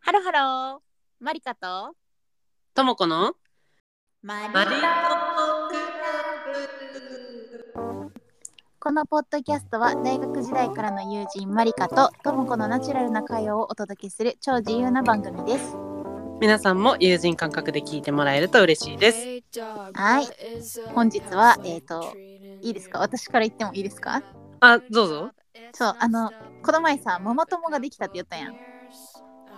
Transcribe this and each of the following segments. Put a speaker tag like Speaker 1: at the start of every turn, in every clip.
Speaker 1: ハローハロー。マリカと
Speaker 2: ともこの
Speaker 1: マリ
Speaker 2: マリコ
Speaker 1: このポッドキャストは大学時代からの友人マリカとともこのナチュラルな会話をお届けする超自由な番組です。
Speaker 2: 皆さんも友人感覚で聞いてもらえると嬉しいです。
Speaker 1: はい。本日はえっ、といいですか？私から言ってもいいですか？
Speaker 2: あ、どうぞ。
Speaker 1: そうあのこの前さママ友ができたって言ったやん。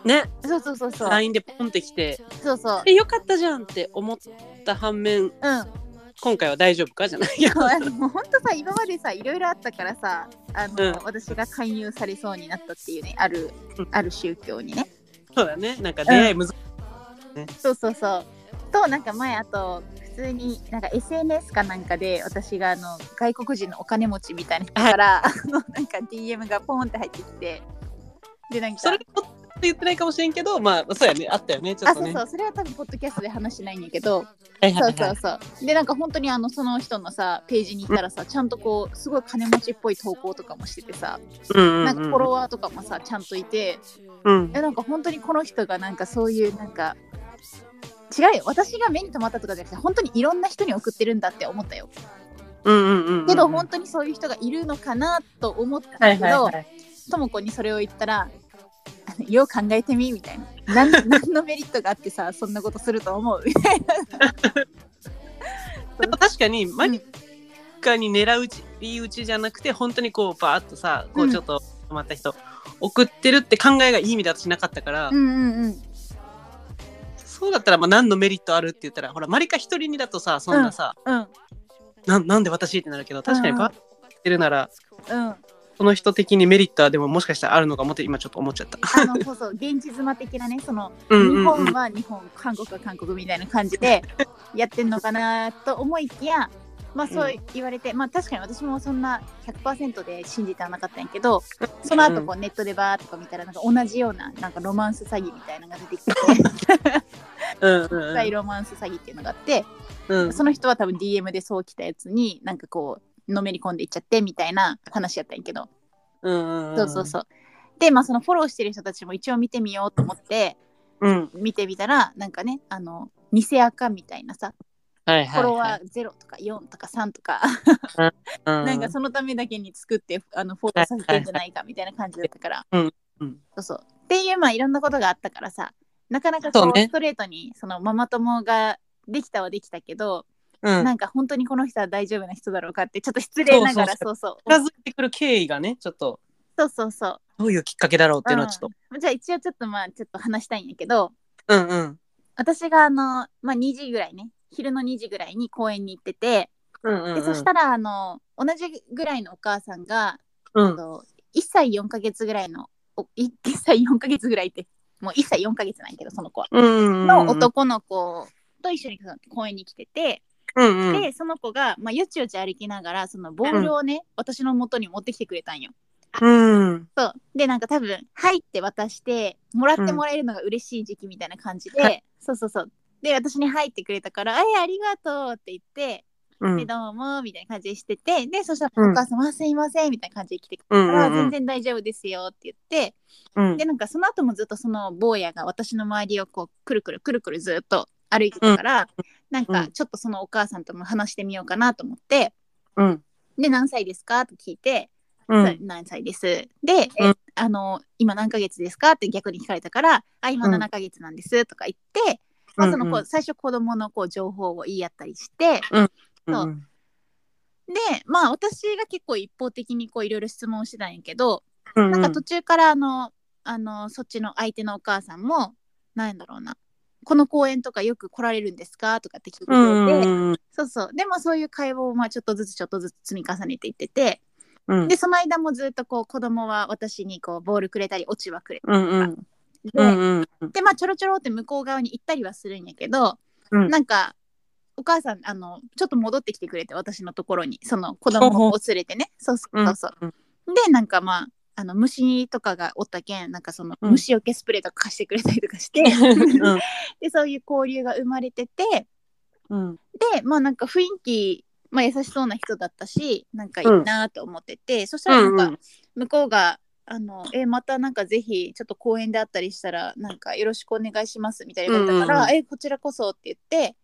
Speaker 2: ね、
Speaker 1: そうそうそうそう。
Speaker 2: LINE でポンってきて、
Speaker 1: そうそう。
Speaker 2: え、よかったじゃんって思った反面、
Speaker 1: うん。
Speaker 2: 今回は大丈夫かじゃないよ。
Speaker 1: そうあのもうほんとさ今までさいろいろあったからさあの、
Speaker 2: うん
Speaker 1: 私が勧誘されそうになったっていうねある
Speaker 2: うん
Speaker 1: ある宗教にね
Speaker 2: そうだね、なんか出会い難しい。
Speaker 1: そうそうそうとなんか前あと普通になんか SNS かなんかで私があの外国人のお金持ちみたいな人から、あのなんか DM がポンって入ってきてでなんか
Speaker 2: それポッと言ってないかもしれんけど、まあ、そうやね、あったよね、ちょ
Speaker 1: あ
Speaker 2: っと
Speaker 1: そう
Speaker 2: ね。
Speaker 1: そうそれは多分ポッドキャストで話してないんだけ ど
Speaker 2: はい
Speaker 1: そ
Speaker 2: は
Speaker 1: う
Speaker 2: い
Speaker 1: そ
Speaker 2: は
Speaker 1: う
Speaker 2: い。
Speaker 1: そうでなんか本当にあのその人のさページに行ったらさちゃんとこうすごい金持ちっぽい投稿とかもしててさ
Speaker 2: うん
Speaker 1: なんかフォロ
Speaker 2: ワ
Speaker 1: ワーとかもさちゃんといて
Speaker 2: ー。うん。
Speaker 1: えなんか本当にこの人がなんかそういうなんか違うよ私が目に留まったとかじゃなくて本当にいろんな人に送ってるんだって思ったよ
Speaker 2: うんうんうんうん。
Speaker 1: けど本当にそういう人がいるのかなと思ったん
Speaker 2: は
Speaker 1: だ
Speaker 2: い
Speaker 1: け
Speaker 2: はい
Speaker 1: ど
Speaker 2: はい。
Speaker 1: とも子にそれを言ったらあのよう考えてみみたいななん 何のメリットがあってさそんなことすると思うみたい
Speaker 2: でも確かに、マ
Speaker 1: な
Speaker 2: ニカに狙うち、いい打ちじゃなくて、本当にこう、バーっとさ、こ
Speaker 1: うん
Speaker 2: う、ちょっと止まった人、送ってるって考えがいい意味だとしなかったから
Speaker 1: う、んうんうん
Speaker 2: そうだったらまあ何のメリットあるって言ったらほらマリカ一人にだとさそんなさ、
Speaker 1: うん
Speaker 2: なん、なんで私ってなるけど確かに
Speaker 1: うん
Speaker 2: バーってるなら
Speaker 1: うん
Speaker 2: その人的にメリットはでももしかしたらあるのかもって今ちょっと思っちゃった。
Speaker 1: あのそうそう現実魔的なねその
Speaker 2: うん
Speaker 1: 日
Speaker 2: うんうん、
Speaker 1: 本は日本、韓国は韓国みたいな感じでやってんのかなと思いきや、まあそう言われて、まあ確かに私もそんな100%で信じてはなかったんやけど、その後こうネットでバーっとか見たら、なんか同じような、なんかロマンス詐欺みたいなのが出てきて、
Speaker 2: うんう
Speaker 1: 実
Speaker 2: ん
Speaker 1: 際ロマンス詐欺っていうのがあって、
Speaker 2: うんうん
Speaker 1: その人は多分 DM でそう来たやつに、なんかこう、のめり込んでいっちゃってみたいな話やったんやけど、
Speaker 2: うんん
Speaker 1: そうそうそう。で、まあそのフォローしてる人たちも一応見てみようと思って、
Speaker 2: うん。うん
Speaker 1: 見てみたらなんかねあの偽アカみたいなさ
Speaker 2: はい
Speaker 1: フォ
Speaker 2: はい
Speaker 1: ロ
Speaker 2: は
Speaker 1: ワ
Speaker 2: い。
Speaker 1: ー0とか4とか3とか
Speaker 2: うん
Speaker 1: なんかそのためだけに作ってあのフォローさせてんじゃないかみたいな感じだったから、
Speaker 2: うんうん
Speaker 1: そうそうっていうまあいろんなことがあったからさなかなかこう
Speaker 2: そうね
Speaker 1: ストレートにそのママ友ができたはできたけど、
Speaker 2: うん
Speaker 1: なんか本当にこの人は大丈夫な人だろうかってちょっと失礼ながらそうそう
Speaker 2: 近づいてくる経緯がねちょっと
Speaker 1: そうそうそ
Speaker 2: どういうきっかけだろうっていうのはちょっと。
Speaker 1: うじゃあ一応ちょっとまあちょっと話したいんやけど
Speaker 2: うんうん
Speaker 1: 私があの、まあ、2時ぐらいね昼の2時ぐらいに公園に行ってて、
Speaker 2: うんうんう
Speaker 1: で
Speaker 2: ん。
Speaker 1: そしたらあの同じぐらいのお母さんが、
Speaker 2: う
Speaker 1: あ
Speaker 2: ん
Speaker 1: の1歳4ヶ月ぐらいのおい 1歳4ヶ月ぐらいってもう1歳4ヶ月なんやけどその子は、
Speaker 2: うんうんうん
Speaker 1: の男の子と一緒に公園に来てて、
Speaker 2: うんうん
Speaker 1: でその子が、まあ、よちよち歩きながらそのボールをね、私の元に持ってきてくれたんよ。
Speaker 2: うん
Speaker 1: そうでなんか多分「はい」って渡してもらってもらえるのが嬉しい時期みたいな感じで、
Speaker 2: は
Speaker 1: そうそうそうで私に「はい」ってくれたから「えありがとう」って言って
Speaker 2: うん
Speaker 1: で、どうも、みたいな感じでしてて、で、そした
Speaker 2: う
Speaker 1: ら、
Speaker 2: ん
Speaker 1: お母さん、あすいません、みたいな感じで来てく
Speaker 2: う
Speaker 1: れた
Speaker 2: んう
Speaker 1: ら、
Speaker 2: んうん
Speaker 1: 全然大丈夫ですよって言って、
Speaker 2: うん
Speaker 1: で、なんか、その後もずっとその坊やが私の周りをこう、くるくるくるくるずっと歩いてたから、なんか、ちょっとそのお母さんとも話してみようかなと思って、
Speaker 2: うん
Speaker 1: で、何歳ですかと聞いて、
Speaker 2: うん
Speaker 1: そう何歳です。で、
Speaker 2: うん
Speaker 1: えあの、今何ヶ月ですかって逆に聞かれたから、あ、今7ヶ月なんです、とか言って、まあ、その
Speaker 2: うん
Speaker 1: こ
Speaker 2: う
Speaker 1: う最初子供のこう情報を言い合ったりして、そうんでまあ私が結構一方的にこういろいろ質問してたんやけど、
Speaker 2: うん
Speaker 1: なんか途中からあのあのそっちの相手のお母さんもなんだろうなこの公園とかよく来られるんですかとかって聞いてくれて、
Speaker 2: うん
Speaker 1: そうそうでもそういう会話をまあちょっとずつちょっとずつ積み重ねていってて
Speaker 2: うん
Speaker 1: でその間もずっとこう子供は私にこうボールくれたり落ちはくれ
Speaker 2: うんうん
Speaker 1: て、
Speaker 2: うんうん
Speaker 1: でまあちょろちょろって向こう側に行ったりはするんやけど、
Speaker 2: うん
Speaker 1: なんかお母さんあのちょっと戻ってきてくれて私のところにその子供を連れてねそうそうそうそう、
Speaker 2: うん
Speaker 1: でなんかまああの虫とかがおったけんなんかその
Speaker 2: うん
Speaker 1: 虫除けスプレーとか貸してくれたりとかして、
Speaker 2: うん
Speaker 1: でそういう交流が生まれてて
Speaker 2: うん
Speaker 1: でまあなんか雰囲気、まあ、優しそうな人だったしなんかいいなと思ってて、そしたらなんか、
Speaker 2: うんうん
Speaker 1: 向こうがあのえまたなんかぜひちょっと公演であったりしたらなんかよろしくお願いしますみたいな言われたから、
Speaker 2: うんうんうん
Speaker 1: えこちらこそって言って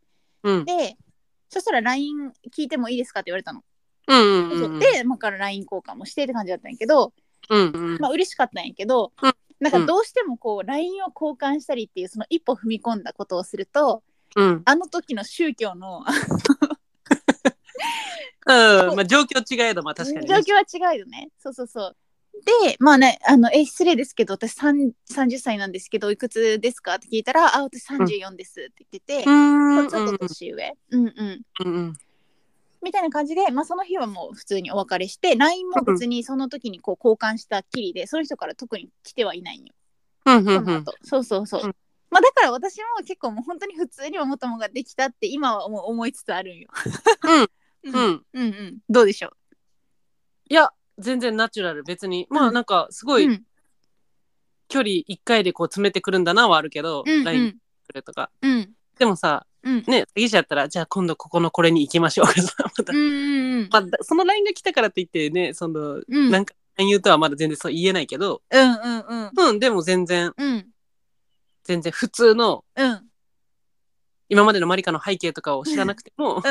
Speaker 2: うん。
Speaker 1: でそしたら LINE 聞いてもいいですかって言われたの、
Speaker 2: うんうんうんうん。
Speaker 1: で、まあ、から LINE 交換もしてって感じだったんやけど、
Speaker 2: うんうん。
Speaker 1: まあ嬉しかったんやけど、
Speaker 2: うん
Speaker 1: なんかどうしてもこう LINE を交換したりっていうその一歩踏み込んだことをすると
Speaker 2: うん。
Speaker 1: あの時の宗教の
Speaker 2: うん。まあ、状況違えど、まあ、確かに
Speaker 1: 状
Speaker 2: ね。
Speaker 1: 況は違うよね。そうそうそう。で、まあね、あの、え、失礼ですけど、私さん30歳なんですけど、いくつですかって聞いたら、あ、私34ですって言ってて、
Speaker 2: うん。うん
Speaker 1: ちょっと年上。うんうん。
Speaker 2: うん。
Speaker 1: みたいな感じで、まあその日はもう普通にお別れして、LINE も別にその時にこう交換したっきりで、その人から特に来てはいないんよ。
Speaker 2: うん。う
Speaker 1: そ
Speaker 2: ん。う
Speaker 1: の
Speaker 2: ん。
Speaker 1: 後。そうそうそう
Speaker 2: う。
Speaker 1: まあだから私も結構もう本当に普通にもともができたって今はもう思いつつあるんよ。
Speaker 2: うんうん。
Speaker 1: うんうん。どうでしょ
Speaker 2: いや、全然ナチュラル。別に。まあ、なんか、す
Speaker 1: う。
Speaker 2: ごい
Speaker 1: うん
Speaker 2: 距離一回でこう詰めてくるんだなはあるけど、
Speaker 1: うんう
Speaker 2: LINE
Speaker 1: ん。
Speaker 2: くるとか。
Speaker 1: うん
Speaker 2: でもさ、
Speaker 1: うん。
Speaker 2: ね、詐欺師やったら、じゃあ今度ここのこれに行きましょうかさ、 また
Speaker 1: うんうんうん。
Speaker 2: まあ、だその LINE が来たからといってね、その、
Speaker 1: うん
Speaker 2: なんか勧誘とはまだ全然そう言えないけど、
Speaker 1: うんうんうん
Speaker 2: うん、でも全然、
Speaker 1: うん
Speaker 2: 全然普通の、
Speaker 1: うん
Speaker 2: 今までのマリカの背景とかを知らなくても、
Speaker 1: うん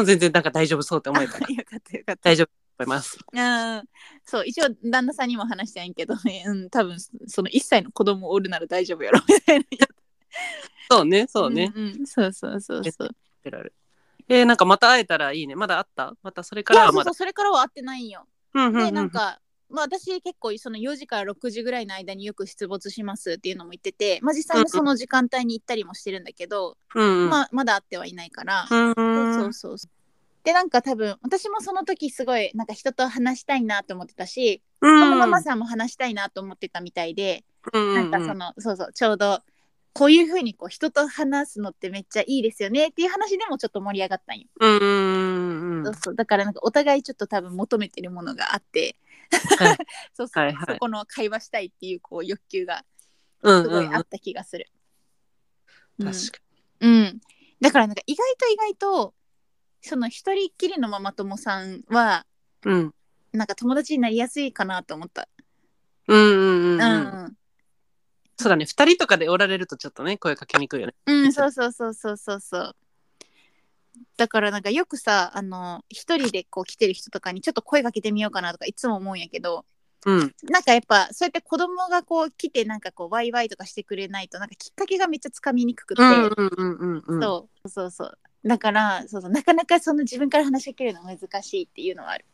Speaker 2: うん、全然なんか大丈夫そうって 思えたら、
Speaker 1: よかったよかっ
Speaker 2: 大丈夫と思います。
Speaker 1: た。うん、そう一応旦那さんにも話してないけど ね、うん、多分その1歳の子供おるなら大丈夫やろみたいな。
Speaker 2: そうね、そうね。
Speaker 1: うんうんそうそうそうそう。
Speaker 2: ナチュラルえー、なんかまた会えたらいいね。まだあったまたそれか
Speaker 1: い
Speaker 2: ら
Speaker 1: や
Speaker 2: は
Speaker 1: そう
Speaker 2: ま
Speaker 1: そ
Speaker 2: だ
Speaker 1: う。それからは会ってないんよ。
Speaker 2: うんうんう
Speaker 1: で
Speaker 2: ん
Speaker 1: なんか、まあ、私結構その4時から6時ぐらいの間によく出没しますっていうのも言ってて、まあ、実際にその時間帯に行ったりもしてるんだけど、
Speaker 2: うんうん。
Speaker 1: まあ、まだ会ってはいないから。
Speaker 2: うんうん
Speaker 1: そうそうそう。でなんか多分私もその時すごいなんか人と話したいなと思ってたし、
Speaker 2: うん
Speaker 1: このママさんも話したいなと思ってたみたいで、
Speaker 2: うんうん
Speaker 1: なんかそのそうそうちょうどこういうふうにこう人と話すのってめっちゃいいですよねっていう話でもちょっと盛り上がったんよ、
Speaker 2: うんうんうん
Speaker 1: そうそうだからなんかお互いちょっと多分求めてるものがあって、
Speaker 2: はい
Speaker 1: そうそう、
Speaker 2: はいはい
Speaker 1: そこの会話したいっていうこう欲求が
Speaker 2: うん
Speaker 1: す
Speaker 2: う
Speaker 1: ごい
Speaker 2: んうん
Speaker 1: あった気がする、うん
Speaker 2: 確か
Speaker 1: うん、だからなんか意外と意外とその一人っきりのママ友さんは
Speaker 2: に。うん
Speaker 1: なんか友達になりやすいかなと思った。
Speaker 2: うんうんう
Speaker 1: うんん、
Speaker 2: う。
Speaker 1: うんん、
Speaker 2: そうだね、二人とかでおられるとちょっとね、声かけにくいよね。
Speaker 1: うん、そうそうそうそうそうそう。だからなんかよくさあの一人でこう来てる人とかにちょっと声かけてみようかなとかいつも思うんやけど
Speaker 2: うん。
Speaker 1: なんかやっぱそうやって子供がこう来てなんかこうワイワイとかしてくれないとなんかきっかけがめっちゃつかみにくくて、
Speaker 2: うんうんうんうんうん。
Speaker 1: そうそうそうだからそうそうなかなかその自分から話しかけるの難しいっていうのはある。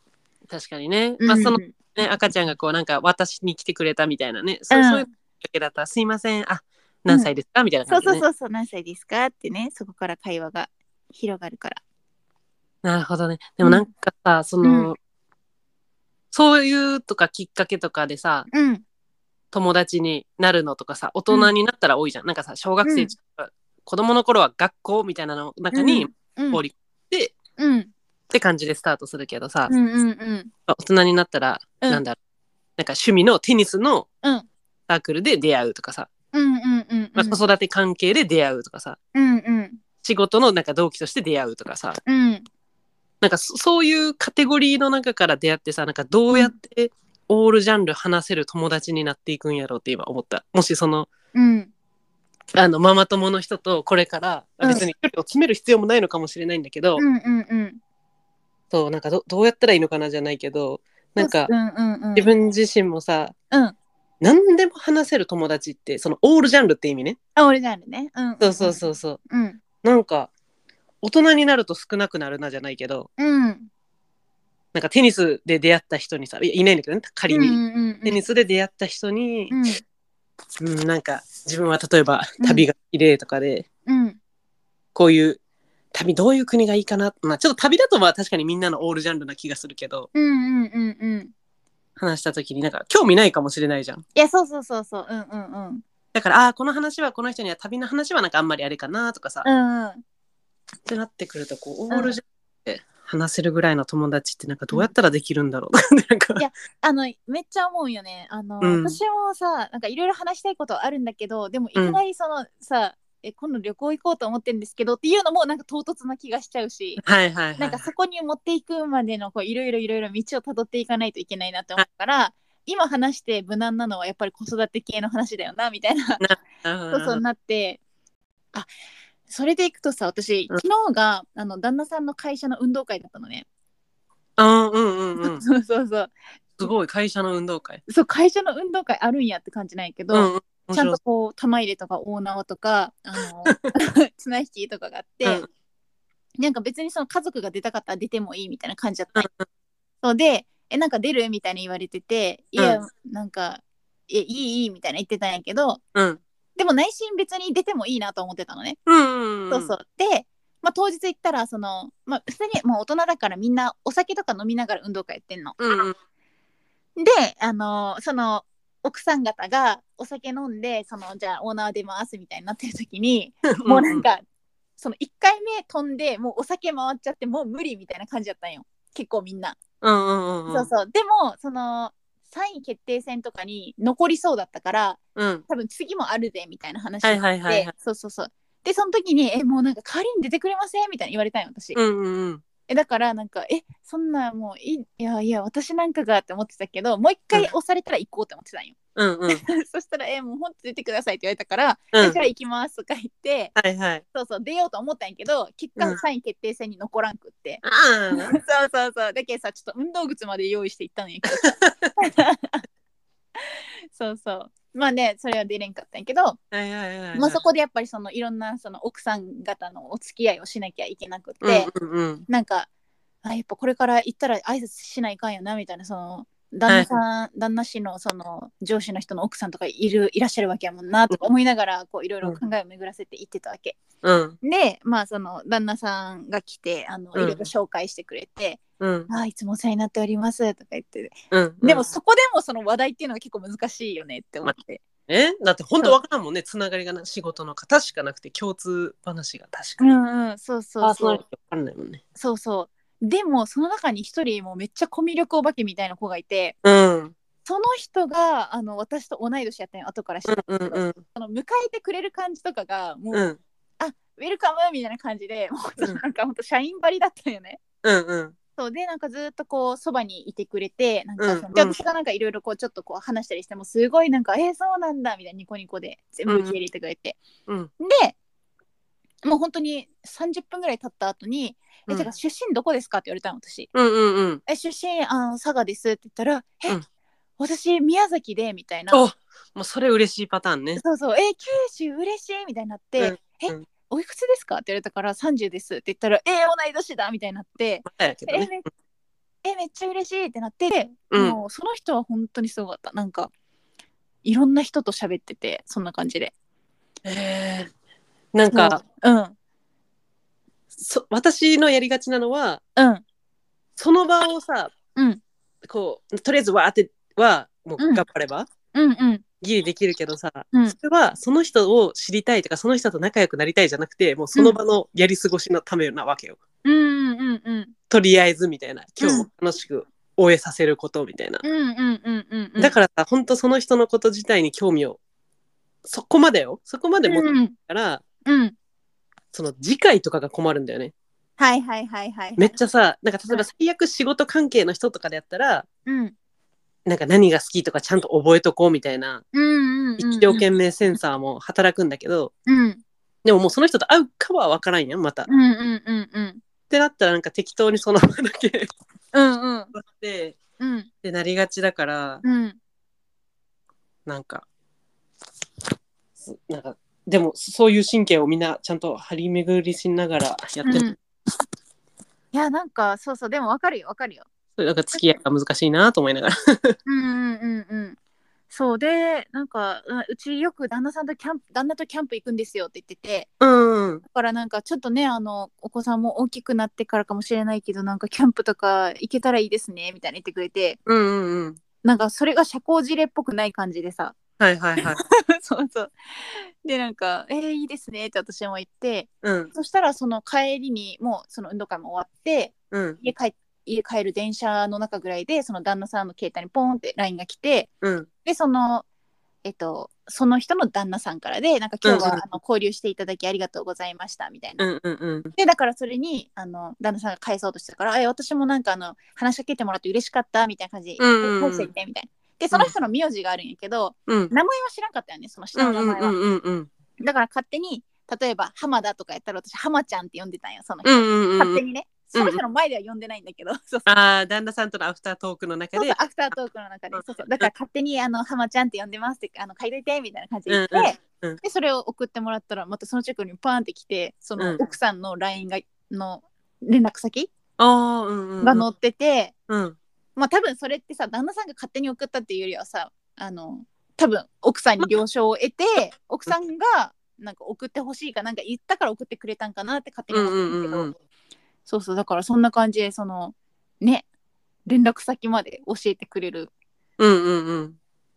Speaker 2: 確かにね。まあ、その
Speaker 1: うん
Speaker 2: ね、赤ちゃんがこう、なんか私に来てくれたみたいなね。そううんそういうきっかけだったら、すいません、あ、何歳ですかみたいな
Speaker 1: そ
Speaker 2: 感
Speaker 1: う
Speaker 2: じで
Speaker 1: そう
Speaker 2: ね。
Speaker 1: そうそう何歳ですかってねそこから会話が広がるから。
Speaker 2: なるほどね。でもなんかさ、その、そういうとかきっかけとかでさ、
Speaker 1: うん
Speaker 2: 友達になるのとかさ、大人になったら多いじゃん。なんかさ、小学生とか、子供の頃は学校みたいなの中に、
Speaker 1: うん
Speaker 2: 放り込んで、っ
Speaker 1: うん
Speaker 2: て感じでスタートするけどさ、
Speaker 1: うんうんうん
Speaker 2: 大人になったら、
Speaker 1: うん
Speaker 2: なんだろうなんか趣味のテニスの
Speaker 1: うん
Speaker 2: サークルで出会うとかさ、
Speaker 1: うんうんうん
Speaker 2: まあ、子育て関係で出会うとかさ
Speaker 1: うんうん
Speaker 2: 仕事のなんか同期として出会うとかさ
Speaker 1: うん
Speaker 2: なんかそそういうカテゴリーの中から出会ってさなんかどうやってオールジャンル話せる友達になっていくんやろうって今思ったもしその
Speaker 1: うん
Speaker 2: あのママ友の人とこれから
Speaker 1: うん
Speaker 2: 別に距離を詰める必要もないのかもしれないんだけど、
Speaker 1: うんうんうん
Speaker 2: そうなんかどどうやったらいいのかなじゃないけどなんか
Speaker 1: うんうんうん
Speaker 2: 自分自身もさ
Speaker 1: うん
Speaker 2: 何でも話せる友達ってそのオールジャンルって意味ね
Speaker 1: あ俺じゃあるねうん
Speaker 2: そうそうそうそう
Speaker 1: うん
Speaker 2: なんか大人になると少なくなるなじゃないけど
Speaker 1: うん
Speaker 2: なんかテニスで出会った人にさいやいないんだけどね仮に、
Speaker 1: うんうん
Speaker 2: テニスで出会った人に
Speaker 1: う、ん
Speaker 2: うんなんか自分は例えば
Speaker 1: うん
Speaker 2: 旅が綺麗とかで、
Speaker 1: うん
Speaker 2: こういう旅どういう国がいいかな、まあ、ちょっと旅だとまあ確かにみんなのオールジャンルな気がするけど
Speaker 1: うんうんうんうん
Speaker 2: 話した時になんか興味ないかもしれないじゃん
Speaker 1: いやそうそうそうそううんうんうん
Speaker 2: だからああこの話はこの人には旅の話はなんかあんまりあれかなとかさ、
Speaker 1: うんうん
Speaker 2: ってなってくるとこうオ
Speaker 1: ん
Speaker 2: ールジャンルで話せるぐらいの友達ってなんかどうやったらできるんだろう、 なんか
Speaker 1: やあのめっちゃ思うよねあの
Speaker 2: うん
Speaker 1: 私もさなんかいろいろ話したいことあるんだけどでもいきなりそのさえ今度旅行行こうと思ってるんですけどっていうのもなんか唐突な気がしちゃうし
Speaker 2: はいはいはい
Speaker 1: なんかそこに持っていくまでのこういろいろいろいろ道をたどっていかないといけないなって思うから、今話して無難なのはやっぱり子育て系の話だよなみたいなこ
Speaker 2: あ
Speaker 1: とになってあそれでいくとさ私
Speaker 2: うん
Speaker 1: 昨日が、あの旦那さんの会社の運動会だったのね、
Speaker 2: あ、うんうんうん。す
Speaker 1: そうそうそう
Speaker 2: ごい、会社の運動会。
Speaker 1: そう会社の運動会あるんやって感じなんやけど、
Speaker 2: うんうん。面
Speaker 1: ちゃん
Speaker 2: 白
Speaker 1: と
Speaker 2: そ
Speaker 1: こう玉入れとか大縄とかあ の綱引きとかがあって、
Speaker 2: うん
Speaker 1: なんか別にその家族が出たかったら出てもいいみたいな感じだったんよそうでえなんか出るみたいに言われてていや、
Speaker 2: う
Speaker 1: なんかいやいいいいみたいな言ってたんやけど
Speaker 2: う。うん。
Speaker 1: でも内心別に出てもいいなと思ってたのね、
Speaker 2: うんんん。
Speaker 1: そうそうで、まあ、当日行ったらその、まあ、普通にもう大人だからみんなお酒とか飲みながら運動会やってんの
Speaker 2: うんうん。
Speaker 1: で、あのその奥さん方がお酒飲んでそのじゃあオーナー出ますみたいになってる時にもうなんか、その1回目飛んでもうお酒回っちゃってもう無理みたいな感じだったんよ結構みんな、
Speaker 2: うんうんうん。
Speaker 1: そうそうでもその3位決定戦とかに残りそうだったから
Speaker 2: うん。うん。
Speaker 1: 多分次もあるぜみたいな話
Speaker 2: は
Speaker 1: に
Speaker 2: い
Speaker 1: なって、
Speaker 2: はいはいはい。
Speaker 1: そうそうそうでその時に「えもうなんか代わりに出てくれません?」みたいな言われたんよ私、
Speaker 2: うんうんうん。
Speaker 1: えだからなんか「えそんなもういいいやいや私なんかが」って思ってたけどもう一回押されたら行こうって思ってたんよ、
Speaker 2: うんうん。
Speaker 1: そしたら「えもうほんと出てください」って言われたから「
Speaker 2: うん
Speaker 1: えじゃあ行きます」とか言って
Speaker 2: はいはい。
Speaker 1: そうそう出ようと思ったんやけど結果
Speaker 2: うん
Speaker 1: 3位決定戦に残らんくって、
Speaker 2: あ
Speaker 1: そうそうそうだけどさちょっと運動靴まで用意していったんや けどさそうそうまあねそれは出れんかったんやけど、
Speaker 2: あ。はいはいはいはい。
Speaker 1: まあ、そこでやっぱりそのいろんなその奥さん方のお付き合いをしなきゃいけなくて、
Speaker 2: うんうんうん。
Speaker 1: なんかあやっぱこれから行ったら挨拶しないかんよなみたいなその旦那さん、旦那氏のその上司の人の奥さんとかいるいらっしゃるわけやもんなとか思いながらこういろいろ考えを巡らせて行ってたわけ、
Speaker 2: うん
Speaker 1: でまあその旦那さんが来てあのい
Speaker 2: うん
Speaker 1: ろいろ紹介してくれて
Speaker 2: うん
Speaker 1: 「あいつもお世話になっております」とか言って
Speaker 2: うん。
Speaker 1: でもそこでもその話題っていうのが結構難しいよねって思って、
Speaker 2: えだって本当わからんもんね、つながりがな仕事の方しかなくて共通話が確かに。
Speaker 1: うんうんそう
Speaker 2: パ
Speaker 1: そう
Speaker 2: ーソ
Speaker 1: そ
Speaker 2: ナ
Speaker 1: う
Speaker 2: リティわかんないもんね。
Speaker 1: そうそうでもその中に一人もうめっちゃコミュ力お化けみたいな子がいて
Speaker 2: うん。
Speaker 1: その人があの私と同い年やったんよ後から知ったん
Speaker 2: う
Speaker 1: で
Speaker 2: ん
Speaker 1: すけど、
Speaker 2: うん
Speaker 1: その迎えてくれる感じとかがもう、
Speaker 2: うん。
Speaker 1: ウェルカムみたいな感じでもう
Speaker 2: うん
Speaker 1: なんか本当社員張りだったよね。
Speaker 2: うんうん。
Speaker 1: そうでなんかずっとこうそばにいてくれてなんかその、
Speaker 2: うん
Speaker 1: で
Speaker 2: うん
Speaker 1: 私がなんかいろいろこうちょっとこう話したりしてもすごいなんか「えー、そうなんだ」みたいなニコニコで全部受け入れてくれて、
Speaker 2: うん。
Speaker 1: でもう本当に30分ぐらい経った後に「
Speaker 2: う
Speaker 1: え
Speaker 2: ん
Speaker 1: てか出身どこですか?」って言われたの私。
Speaker 2: うんうんうん。
Speaker 1: え出身あの佐賀ですって言ったら「え、
Speaker 2: うん
Speaker 1: 私宮崎で」みたいな
Speaker 2: おもうそれ嬉しいパターンね。
Speaker 1: そうそう、えー、九州嬉しいみたいになって、
Speaker 2: うん
Speaker 1: え、
Speaker 2: うん
Speaker 1: おいくつですかって言われたから30ですって言ったら、えー、同い年だみたいになって、
Speaker 2: またやけど
Speaker 1: えー
Speaker 2: ね。
Speaker 1: めえーめっちゃ嬉しいってなって、で
Speaker 2: うん
Speaker 1: もうその人は本当にすごかった。なんか、いろんな人と喋ってて、そんな感じで。
Speaker 2: えーなんか
Speaker 1: そう、うん、
Speaker 2: そ私のやりがちなのは
Speaker 1: うん、
Speaker 2: その場をさ、
Speaker 1: うん、
Speaker 2: こうとりあえずわーってはもう
Speaker 1: うん
Speaker 2: 頑張れば、
Speaker 1: うん、うん、
Speaker 2: ギリできるけどさ、
Speaker 1: うん
Speaker 2: それはその人を知りたいとかその人と仲良くなりたいじゃなくてもうその場のやり過ごしのためなわけよ。
Speaker 1: うん、うん、うん、
Speaker 2: とりあえずみたいな今日も楽しく終えさせることみたいな、
Speaker 1: うん、うん、うん、うん、
Speaker 2: だからさ本当その人のこと自体に興味をそこまでよそこまで持っ
Speaker 1: う
Speaker 2: た
Speaker 1: ん、
Speaker 2: から、
Speaker 1: うん、
Speaker 2: その次回とかが困るんだよね
Speaker 1: はい、はい、はい、はい。
Speaker 2: めっちゃさなんか例え
Speaker 1: うん
Speaker 2: ば最悪仕事関係の人とかでやったら
Speaker 1: うん、
Speaker 2: なんか何が好きとかちゃんと覚えとこうみたいな
Speaker 1: うん、うん、うん、
Speaker 2: 一生懸命センサーも働くんだけど、
Speaker 1: うん、
Speaker 2: でももうその人と会うかは分からんやんまた、
Speaker 1: うん、うん、うん、うん、
Speaker 2: ってなったらなんか適当にその場だけ 座
Speaker 1: うん、
Speaker 2: って
Speaker 1: うん、
Speaker 2: ってなりがちだから、
Speaker 1: うん。
Speaker 2: なんかすなんかでもそういう神経をみんなちゃんと張り巡りしながらやって
Speaker 1: う
Speaker 2: る、
Speaker 1: ん、 いやなんかそうそうでもわかるよわかるよ。
Speaker 2: なんか付き合いが難しいなと思いながら
Speaker 1: うんうんうんうん。そうでなんかうんうちよく旦那さんとキャンプ旦那とキャンプ行くんですよって言ってて
Speaker 2: うんうん
Speaker 1: だからなんかちょっとねあのお子さんも大きくなってからかもしれないけどなんかキャンプとか行けたらいいですねみたいに言ってくれて
Speaker 2: うんうん
Speaker 1: なんかそれが社交辞令っぽくない感じでさ
Speaker 2: はいはいはい
Speaker 1: そうそうでなんか「えー、いいですね」って私も言って
Speaker 2: うん
Speaker 1: そしたらその帰りにもうその運動会も終わって
Speaker 2: うん
Speaker 1: 家帰家帰る電車の中ぐらいでその旦那さんの携帯にポーンって LINE が来て
Speaker 2: うん
Speaker 1: でそのえっとその人の旦那さんからでなんか今日
Speaker 2: うん
Speaker 1: は
Speaker 2: うん
Speaker 1: あの交流していただきありがとうございましたみたいな。
Speaker 2: うんうんうん
Speaker 1: でだからそれにあの旦那さんが返そうとしたから「え私もなんかあの話しかけてもらって嬉しかった」みたいな感じで
Speaker 2: うんうんうん
Speaker 1: 返してみてみたいな。でその人の名字があるんやけど、
Speaker 2: うん
Speaker 1: 名前は知らんかったよねその
Speaker 2: う
Speaker 1: 下
Speaker 2: ん
Speaker 1: の
Speaker 2: う
Speaker 1: 名
Speaker 2: ん
Speaker 1: 前は、
Speaker 2: うんうんうん
Speaker 1: だから勝手に例えば浜田とかやったら私浜ちゃんって呼んでたんよその人、
Speaker 2: うんうんうん
Speaker 1: 勝
Speaker 2: う
Speaker 1: 手
Speaker 2: ん
Speaker 1: にね
Speaker 2: うん
Speaker 1: その人の前では呼んでないんだけど、そうそう
Speaker 2: ああ旦那さんとのアフタートークの中
Speaker 1: そう
Speaker 2: で
Speaker 1: そうアフタートークの中で
Speaker 2: うん
Speaker 1: そうそうだから勝手にあの「浜ちゃんって呼んでます」って「あの書いといて」みたいな感じで言って、
Speaker 2: うんうんうん
Speaker 1: でそれを送ってもらったらまたその直後にパーンって来てその
Speaker 2: うん
Speaker 1: 奥さんの LINE がの連絡先
Speaker 2: ああうんうんうん
Speaker 1: が載ってて、
Speaker 2: うん
Speaker 1: まあ多分それってさ旦那さんが勝手に送ったっていうよりはさあの多分奥さんに了承を得て奥さんがなんか送ってほしいかなんか言ったから送ってくれたんかなって勝手に思ってるけど、
Speaker 2: うんうんうんうん
Speaker 1: そうそうだからそんな感じでそのね連絡先まで教えてくれる
Speaker 2: うんうんうん
Speaker 1: っ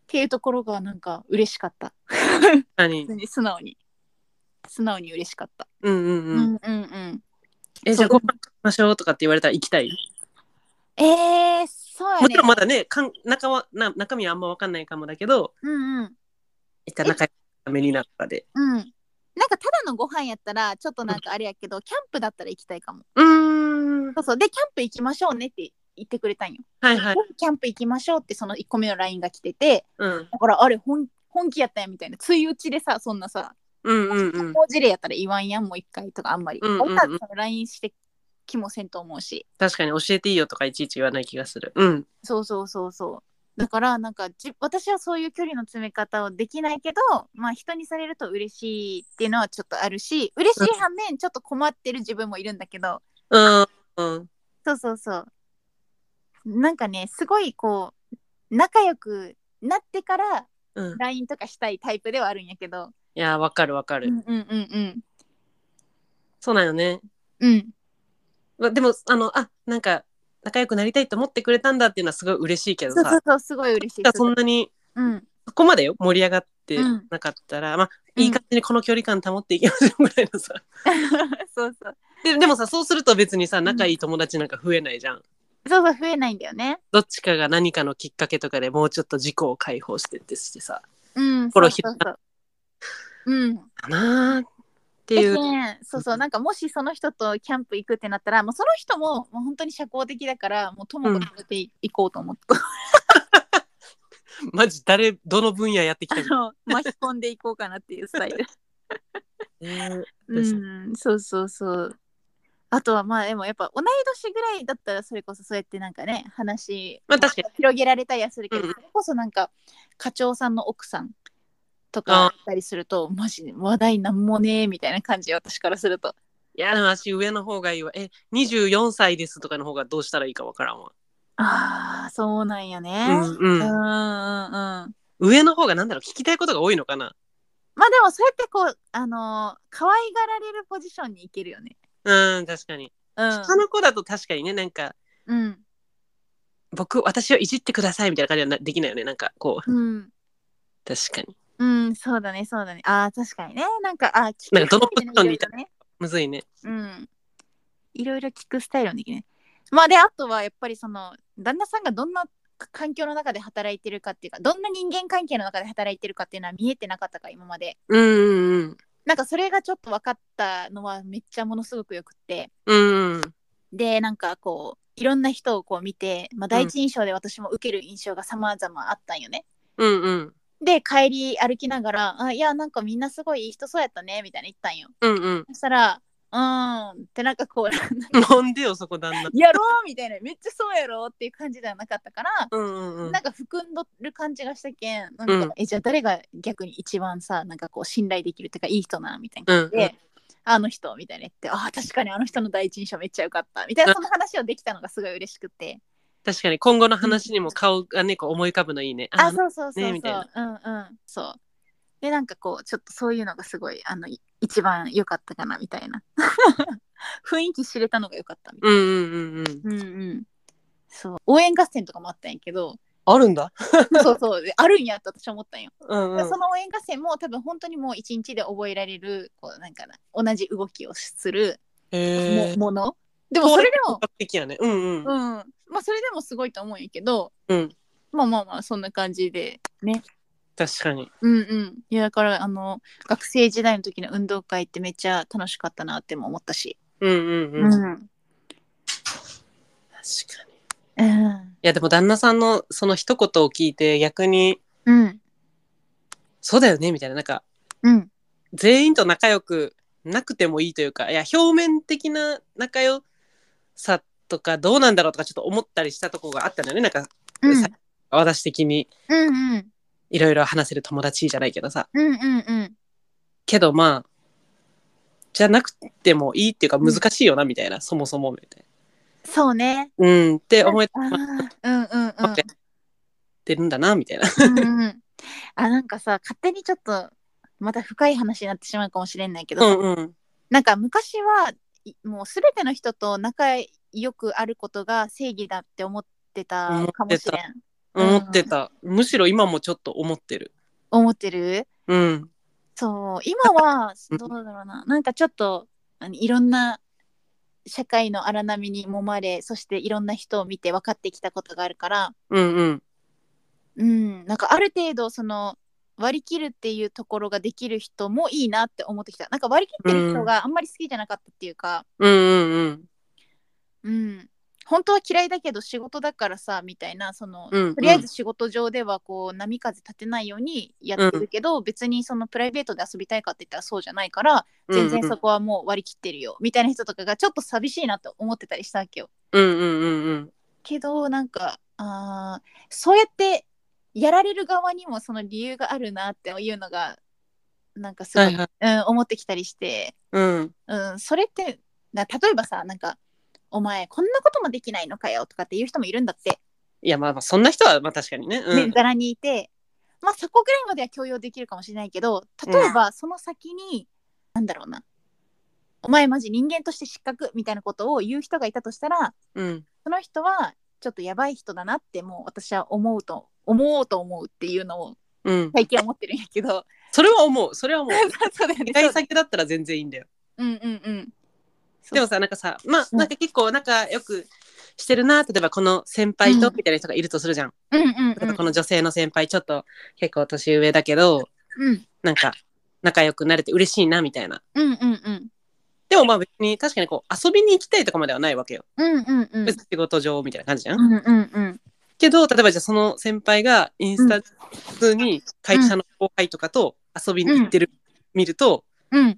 Speaker 1: ていうところがなんか嬉しかった
Speaker 2: 何
Speaker 1: 普通に素直に素直に嬉しかった、
Speaker 2: うんうん
Speaker 1: う
Speaker 2: うん
Speaker 1: んうんうん
Speaker 2: え
Speaker 1: そ
Speaker 2: じ
Speaker 1: う
Speaker 2: ゃあご飯食べましょうとかって言われたら行きたい
Speaker 1: えー、そうやね
Speaker 2: もちろんまだねかん中はな中身はあんま分かんないかもだけど
Speaker 1: うんうん
Speaker 2: 行った仲良いためになったで
Speaker 1: うんなんかただのご飯やったらちょっとなんかあれやけどキャンプだったら行きたいかも
Speaker 2: うーん
Speaker 1: そうそうでキャンプ行きましょうねって言ってくれたんよ、
Speaker 2: はいはい
Speaker 1: キャンプ行きましょうってその1個目の LINE が来てて
Speaker 2: うん
Speaker 1: だからあれ本本気やったんやみたいなつい打ちでさそんなさ
Speaker 2: うんうんうん
Speaker 1: 法事例やったら言わんやんもう一回とかあんまり、
Speaker 2: うんうんうん
Speaker 1: 女の子の LINE して気もせんと思うし
Speaker 2: 確かに教えていいよとかいちいち言わない気がするうん
Speaker 1: そうそうそうそう。だからなんかじ私はそういう距離の詰め方をできないけど、まあ、人にされると嬉しいっていうのはちょっとあるし嬉しい反面ちょっと困ってる自分もいるんだけど
Speaker 2: うんうん
Speaker 1: そうそうそうなんかねすごいこう仲良くなってから
Speaker 2: うん
Speaker 1: LINE とかしたいタイプではあるんやけど
Speaker 2: いやわかるわか
Speaker 1: う
Speaker 2: る、
Speaker 1: んうんうん
Speaker 2: そうなんよね
Speaker 1: うんうん
Speaker 2: までもあのあなんか仲良くなりたいと思ってくれたんだっていうのはすごい嬉しいけど
Speaker 1: そうそ
Speaker 2: さ
Speaker 1: うそうすごい嬉しい
Speaker 2: なんかそんなに
Speaker 1: うん
Speaker 2: そこまでよ盛り上がって
Speaker 1: うん
Speaker 2: なかったら、まあ
Speaker 1: うん
Speaker 2: いい感じにこの距離感保っていきましょうぐらい のさ、
Speaker 1: そうそう
Speaker 2: ででもさそうすると別にさ仲いい友達なんか増えないじゃん、
Speaker 1: そうそう増えないんだよね
Speaker 2: どっちかが何かのきっかけとかでもうちょっと自己を解放してってしてさ
Speaker 1: うんそ
Speaker 2: 心
Speaker 1: う
Speaker 2: 広
Speaker 1: そうそううん
Speaker 2: だなーっていう、
Speaker 1: でねそうそううんなんかもしその人とキャンプ行くってなったらもうその人ももう本当に社交的だからもう友子と連れて 行こうと思って、
Speaker 2: マジ誰どの分野やってきたか、
Speaker 1: あの巻き込んでいこうかなっていうスタイ ル
Speaker 2: ね、
Speaker 1: うんそうそうそうあとはまあでもやっぱ同い年ぐらいだったらそれこそそうやってなんかね話
Speaker 2: まあ確かに
Speaker 1: 広げられたりはするけど、
Speaker 2: うんうん
Speaker 1: それこそなんか課長さんの奥さんとかだったりするとマジで話題なんもねえみたいな感じ私からすると
Speaker 2: いやでも足上の方がいいわえ24歳ですとかの方がどうしたらいいかわからんわ、
Speaker 1: ああそうなんやね、
Speaker 2: うん
Speaker 1: う
Speaker 2: うんん、
Speaker 1: うんうん
Speaker 2: 上の方がなんだろう聞きたいことが多いのかな
Speaker 1: まあでもそうやってこうあのー可愛がられるポジションに行けるよね。
Speaker 2: うん確かに、
Speaker 1: うん。
Speaker 2: 下の子だと確かにねなんか
Speaker 1: うん。
Speaker 2: 僕私をいじってくださいみたいな感じはなできないよねなんかこう
Speaker 1: うん。
Speaker 2: 確かに
Speaker 1: うん、そうだね、そうだね。ああ、確かにね。なんか、ああ、聞
Speaker 2: なんかどのポジションにい
Speaker 1: い
Speaker 2: た
Speaker 1: ね。
Speaker 2: むずいね
Speaker 1: うん。いろいろ聞くスタイルもできるね。まあで、あとはやっぱりその、旦那さんがどんな環境の中で働いてるかっていうか、どんな人間関係の中で働いてるかっていうのは見えてなかったから、今まで。
Speaker 2: うんうん
Speaker 1: なんかそれがちょっと分かったのはめっちゃものすごくよくって。
Speaker 2: うんうん
Speaker 1: でなんかこういろんな人をこう見て、まあ、第一印象で私も受ける印象が様々あったんよね。
Speaker 2: うんうん
Speaker 1: で帰り歩きながら「あいやなんかみんなすごいいい人そうやったね」みたいな言ったんよ。
Speaker 2: うんうん
Speaker 1: そしたら「うーん」ってなんかこう
Speaker 2: なんでよそこ旦那
Speaker 1: やろうみたいなめっちゃそうやろうっていう感じではなかったから、
Speaker 2: うんうんうん
Speaker 1: なんか含んどる感じがしたけんなんか、
Speaker 2: うん
Speaker 1: えじゃあ誰が逆に一番さなんかこう信頼できるとかいい人なみたいな
Speaker 2: うん
Speaker 1: で、あの人みたいな言って、ああ、確かにあの人の第一印象めっちゃ良かったみたいな、その話をできたのがすごい嬉しくて。
Speaker 2: 確かに今後の話にも顔がねこう思い浮かぶのいいね
Speaker 1: あ
Speaker 2: あ
Speaker 1: そうそうそうそう、
Speaker 2: ねみたいな
Speaker 1: うんうん、そう。で、なんかこう、ちょっとそういうのがすごい、あの、い一番良かったかなみたいな。 雰囲気知れたのが良かったみたい
Speaker 2: うんうんうんうん
Speaker 1: な。うんうん。そう応援合戦とかもあったんやけど
Speaker 2: あるんだ
Speaker 1: そうそうであるんやって私は思ったんよ、
Speaker 2: うんう
Speaker 1: で
Speaker 2: ん
Speaker 1: その応援合戦も多分本当にもう一日で覚えられるこうなんかな同じ動きをするも,、
Speaker 2: へえ
Speaker 1: ものでもそれでも
Speaker 2: 本格的やねうんうん
Speaker 1: うん、まあそれでもすごいと思うんやけど、
Speaker 2: うん
Speaker 1: まあまあまあそんな感じでね
Speaker 2: 確かに
Speaker 1: うんうんいやだからあの学生時代の時の運動会ってめっちゃ楽しかったなっても思ったし
Speaker 2: うんうん
Speaker 1: う
Speaker 2: うん
Speaker 1: ん
Speaker 2: 確かに
Speaker 1: うん。
Speaker 2: いやでも旦那さんのその一言を聞いて逆に
Speaker 1: うん。
Speaker 2: 「そうだよね」みたいななんか
Speaker 1: うん。
Speaker 2: 全員と仲良くなくてもいいというかいや表面的な仲良さとかどうなんだろうとかちょっと思ったりしたとこがあったんだよねなんか
Speaker 1: うん。
Speaker 2: さ私的に
Speaker 1: うんうん。
Speaker 2: いろいろ話せる友達じゃないけどさ
Speaker 1: うんうんうん。
Speaker 2: けどまあじゃなくてもいいっていうか難しいよなみたいな、そもそもみたい
Speaker 1: そうね。
Speaker 2: なうんって思え
Speaker 1: あーうん うんうん。
Speaker 2: てるんだなみたいな
Speaker 1: うんうん、あなんかさ勝手にちょっとまた深い話になってしまうかもしれないけ
Speaker 2: う
Speaker 1: ど、
Speaker 2: んうん
Speaker 1: なんか昔はいもう全ての人と仲良くあることが正義だって思ってたかもしれんうん
Speaker 2: 思ってた、むしろ今もちょっと思ってる
Speaker 1: 思ってる
Speaker 2: うん
Speaker 1: そう今は
Speaker 2: うん
Speaker 1: どうだろうななんかちょっとあのいろんな社会の荒波に揉まれそしていろんな人を見て分かってきたことがあるから
Speaker 2: うんうん
Speaker 1: うんなんかある程度その割り切るっていうところができる人もいいなって思ってきたなんか割り切ってる人があんまり好きじゃなかったっていうか
Speaker 2: うんうんうん
Speaker 1: うん本当は嫌いだけど仕事だからさみたいなその、
Speaker 2: うん
Speaker 1: とりあえず仕事上ではこう波風立てないようにやってるけど、別にそのプライベートで遊びたいかって言ったらそうじゃないから全然そこはもう割り切ってるよ、みたいな人とかがちょっと寂しいなと思ってたりしたわけよ。
Speaker 2: うんうんうんうん
Speaker 1: けどなんかあーそうやってやられる側にもその理由があるなっていうのがなんかすごい、
Speaker 2: はいはい
Speaker 1: うん、思ってきたりして、
Speaker 2: うん
Speaker 1: うん、それってな例えばさなんか「お前こんなこともできないのかよ」とかっていう人もいるんだって、
Speaker 2: いやまあまあそんな人はまあ確かにね。うん
Speaker 1: ね、ざらにいて、まあ、そこぐらいまでは強要できるかもしれないけど例えばその先に、なんだろうな「お前マジ人間として失格」みたいなことを言う人がいたとしたら
Speaker 2: うん
Speaker 1: その人はちょっとやばい人だなってもう私は思うと思おうと思うっていうのを
Speaker 2: うん、
Speaker 1: 最近は思ってるんやけど
Speaker 2: それは思うそれはもう
Speaker 1: そうだよね
Speaker 2: 依頼先だったら全然いいんだよ
Speaker 1: うんうんうんそう
Speaker 2: でもさなんかさまあ
Speaker 1: うん
Speaker 2: なんか結構仲良くしてるな例えばこの先輩と
Speaker 1: うん
Speaker 2: みたいな人がいるとするじゃん、
Speaker 1: うんうん
Speaker 2: 例えばこ
Speaker 1: う
Speaker 2: の女性の先輩ちょっと結構年上だけど
Speaker 1: んうん
Speaker 2: なんか仲良くなれて嬉しいなみたいな
Speaker 1: うんうんうん
Speaker 2: でもまあ別に確かにこう遊びに行きたいとかまではないわけよ、
Speaker 1: うんうんうん
Speaker 2: 別に仕事上みたいな感じじゃん、
Speaker 1: うんうんうん
Speaker 2: けど例えばじゃあその先輩がインスタ普通に会社の後輩とかと遊びに行ってる、見ると
Speaker 1: うん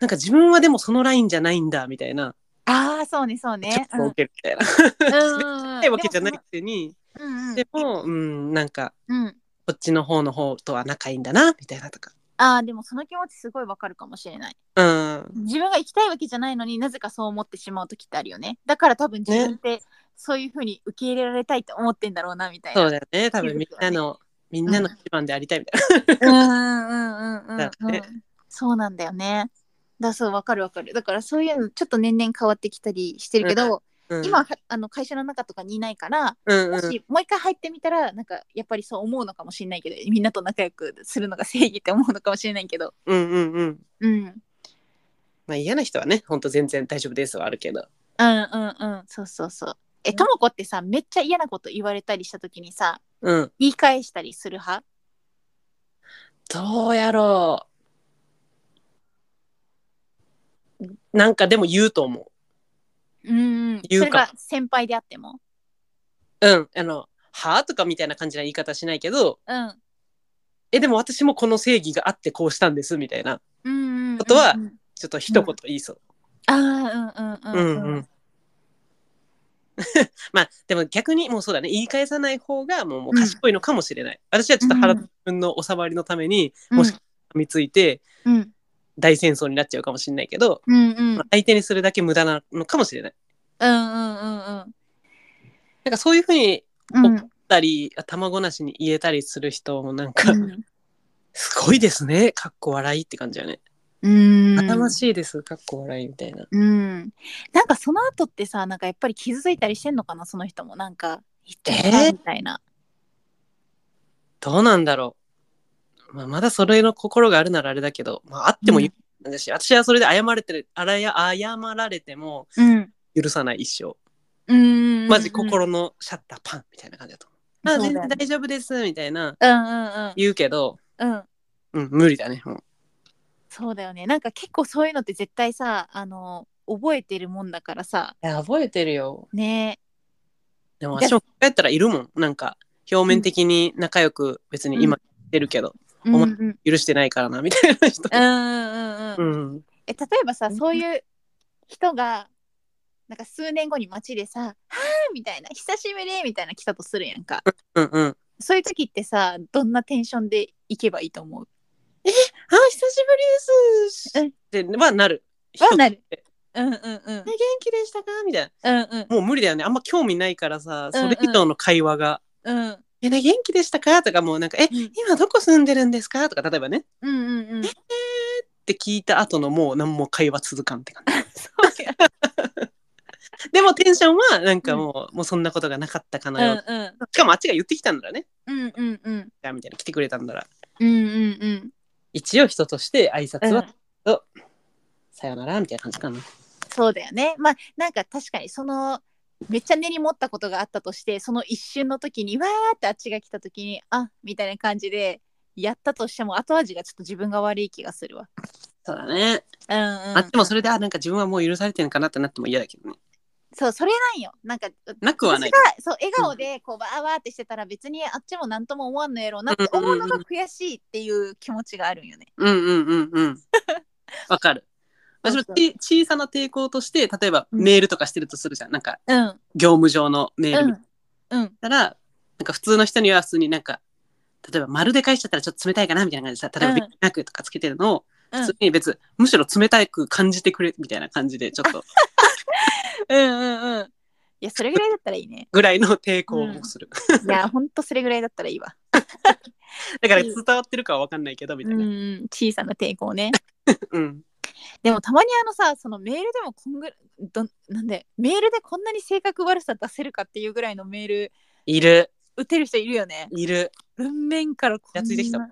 Speaker 2: なんか自分はでもそのラインじゃないんだみたいな、
Speaker 1: ああそうねそうね
Speaker 2: ちょっと受けるみたいな、
Speaker 1: うん
Speaker 2: ってわけじゃないくせに
Speaker 1: うんうん
Speaker 2: でもうんなんか
Speaker 1: うん
Speaker 2: こっちの方の方とは仲いいんだなみたいなとか
Speaker 1: ああでもその気持ちすごいわかるかもしれない
Speaker 2: うん
Speaker 1: 自分が行きたいわけじゃないのになぜかそう思ってしまう時ってあるよねだから多分自分ってそういうふうに受け入れられたいと思ってんだろうなみたいな
Speaker 2: そうだよね多分みんなのみんなの
Speaker 1: うん
Speaker 2: 一番でありたいみたいな、
Speaker 1: うんうんうんうん
Speaker 2: だ
Speaker 1: うん
Speaker 2: ね
Speaker 1: そうなんだよね。だそうわかるわかる。だからそういうのちょっと年々変わってきたりしてるけど、
Speaker 2: うん、
Speaker 1: 今はあの会社の中とかにいないから、
Speaker 2: うんう
Speaker 1: も
Speaker 2: ん
Speaker 1: しもう一回入ってみたらなんかやっぱりそう思うのかもしれないけど、みんなと仲良くするのが正義って思うのかもしれないけど、
Speaker 2: うんうんうん
Speaker 1: うん、うん
Speaker 2: まあ嫌な人はねほんと全然大丈夫ですはあるけど
Speaker 1: うんうんそうそうそう。えともこってさめっちゃ嫌なこと言われたりした時にさ
Speaker 2: うん
Speaker 1: 言い返したりする派？
Speaker 2: どうやろうなんかでも言うと思
Speaker 1: うんうん。
Speaker 2: 言
Speaker 1: そうれ
Speaker 2: か
Speaker 1: が先輩であっても。
Speaker 2: ううんあの「はあ?」とかみたいな感じな言い方しないけど
Speaker 1: うん。うん
Speaker 2: 「えでも私もこの正義があってこうしたんです」みたいな
Speaker 1: うんうんうん。
Speaker 2: ことはちょっと一言言いそう、
Speaker 1: ああうんうんうん
Speaker 2: うんうん まあでも逆にもうそうだね言い返さない方がもうもう賢いのかもしれない、私はちょっと腹の自分の収まりのためにもしか噛みついて
Speaker 1: うん
Speaker 2: 大戦争になっちゃうかもしれないけど、
Speaker 1: うんうん
Speaker 2: まあ相手にするだけ無駄なのかもしれない
Speaker 1: うんうんうん
Speaker 2: なんかそういうふうに
Speaker 1: うん
Speaker 2: 思ったり、頭ごなしに言えたりする人もなんか、
Speaker 1: うん
Speaker 2: すごいですねかっこ笑いって感じだよね、
Speaker 1: うん
Speaker 2: 頭楽しいですかっこ笑いみたいな
Speaker 1: うんなんかその後ってさなんかやっぱり傷ついたりしてんのかなその人もなんか言っちゃった
Speaker 2: えー
Speaker 1: みたいな、
Speaker 2: どうなんだろう、まあ、まだそれの心があるならあれだけど、まあ、あっても
Speaker 1: うん
Speaker 2: 許さないし、私はそれで謝れてるあらや謝られても
Speaker 1: うん
Speaker 2: 許さない一生
Speaker 1: うん
Speaker 2: マジ心のシャッターパンみたいな感じだと思う、
Speaker 1: そうだ
Speaker 2: あ全
Speaker 1: よね
Speaker 2: 然大丈夫ですみたいな
Speaker 1: うんうんうん
Speaker 2: 言うけど、
Speaker 1: うん
Speaker 2: うん、無理だねもう
Speaker 1: そうだよねなんか結構そういうのって絶対さあの覚えてるもんだからさ
Speaker 2: いや覚えてるよ
Speaker 1: ね
Speaker 2: でも私も考えたらいるもん。なんか、表面的に仲良く別に今してるけど、
Speaker 1: うん
Speaker 2: お
Speaker 1: う
Speaker 2: 前
Speaker 1: んうん
Speaker 2: 許してないからな、みたいな人。
Speaker 1: うんう
Speaker 2: うんん。
Speaker 1: え例えばさそういう人がなんか数年後に街でさ「はあ」みたいな「久しぶり」みたいな来たとするやんか
Speaker 2: うんうん。
Speaker 1: そういう時ってさどんなテンションで行けばいいと思う
Speaker 2: あ、久しぶりですってはなる。
Speaker 1: はな
Speaker 2: る。
Speaker 1: るうんうんうん
Speaker 2: 元気でしたかみたい
Speaker 1: うんうん
Speaker 2: な。もう無理だよね。あんま興味ないからさ、
Speaker 1: うん
Speaker 2: そ
Speaker 1: うん
Speaker 2: れ以上の会話が。
Speaker 1: うん
Speaker 2: え、な元気でしたかとか、もうなんか、え、今どこ住んでるんですかとか、例えばね。っ
Speaker 1: うんうんうん
Speaker 2: て聞いた後のもう何も会話続かんって感じ。
Speaker 1: そうや
Speaker 2: でもテンションはなんかもう、もうそんなことがなかったか
Speaker 1: う
Speaker 2: のように
Speaker 1: んうん
Speaker 2: しかもあっちが言ってきたんだらね。
Speaker 1: うんうんうん
Speaker 2: じゃあみたいな来てくれたんだら。
Speaker 1: うんうん
Speaker 2: 一応人として挨拶
Speaker 1: う
Speaker 2: は
Speaker 1: ん、
Speaker 2: さよならみたいな感じかな。
Speaker 1: そうだよねまあなんか確かにそのめっちゃ根に持ったことがあったとしてその一瞬の時にわーってあっちが来た時にあみたいな感じでやったとしても後味がちょっと自分が悪い気がするわ。
Speaker 2: そうだね。
Speaker 1: うんうん、
Speaker 2: あっちもそれで、あ、なんか自分はもう許されてるのかなってなっても嫌だけどね。
Speaker 1: そうそれなんよなんか
Speaker 2: なくはない
Speaker 1: 私が。そう笑顔でこうわーわーってしてたら別にあっちも何とも思わんのやろうなって思うのが悔しいっていう気持ちがあるんよね。
Speaker 2: うんうんうん うん。わかる。私も
Speaker 1: そう
Speaker 2: ち小さな抵抗として、例えば
Speaker 1: うん
Speaker 2: メールとかしてるとするじゃん。なんか
Speaker 1: うん
Speaker 2: 業務上のメー
Speaker 1: う
Speaker 2: ルだ
Speaker 1: んうん
Speaker 2: たら、なんか普通の人には普通になんか、例えば丸で返しちゃったらちょっと冷たいかなみたいな感じでさ、例えば
Speaker 1: うん
Speaker 2: ビッグマークとかつけてるのを、
Speaker 1: うん
Speaker 2: 普通に別、むしろ冷たく感じてくれみたいな感じで、ちょっと
Speaker 1: うんうんうん。いやそれぐらいだったらいい ね。
Speaker 2: ぐらいの抵抗を する。
Speaker 1: いやほんとそれぐらいだったらいいわ。
Speaker 2: だから伝わってるかは分かんないけどみ
Speaker 1: う
Speaker 2: たいな。
Speaker 1: ん小さな抵抗ね。
Speaker 2: うん。
Speaker 1: でもたまにあのさそのメールでもこんぐらいどんなんでメールでこんなに性格悪さ出せるかっていうぐらいのメール
Speaker 2: いる、
Speaker 1: 打てる人いるよね
Speaker 2: いる、
Speaker 1: 文面からこんな
Speaker 2: やついてきた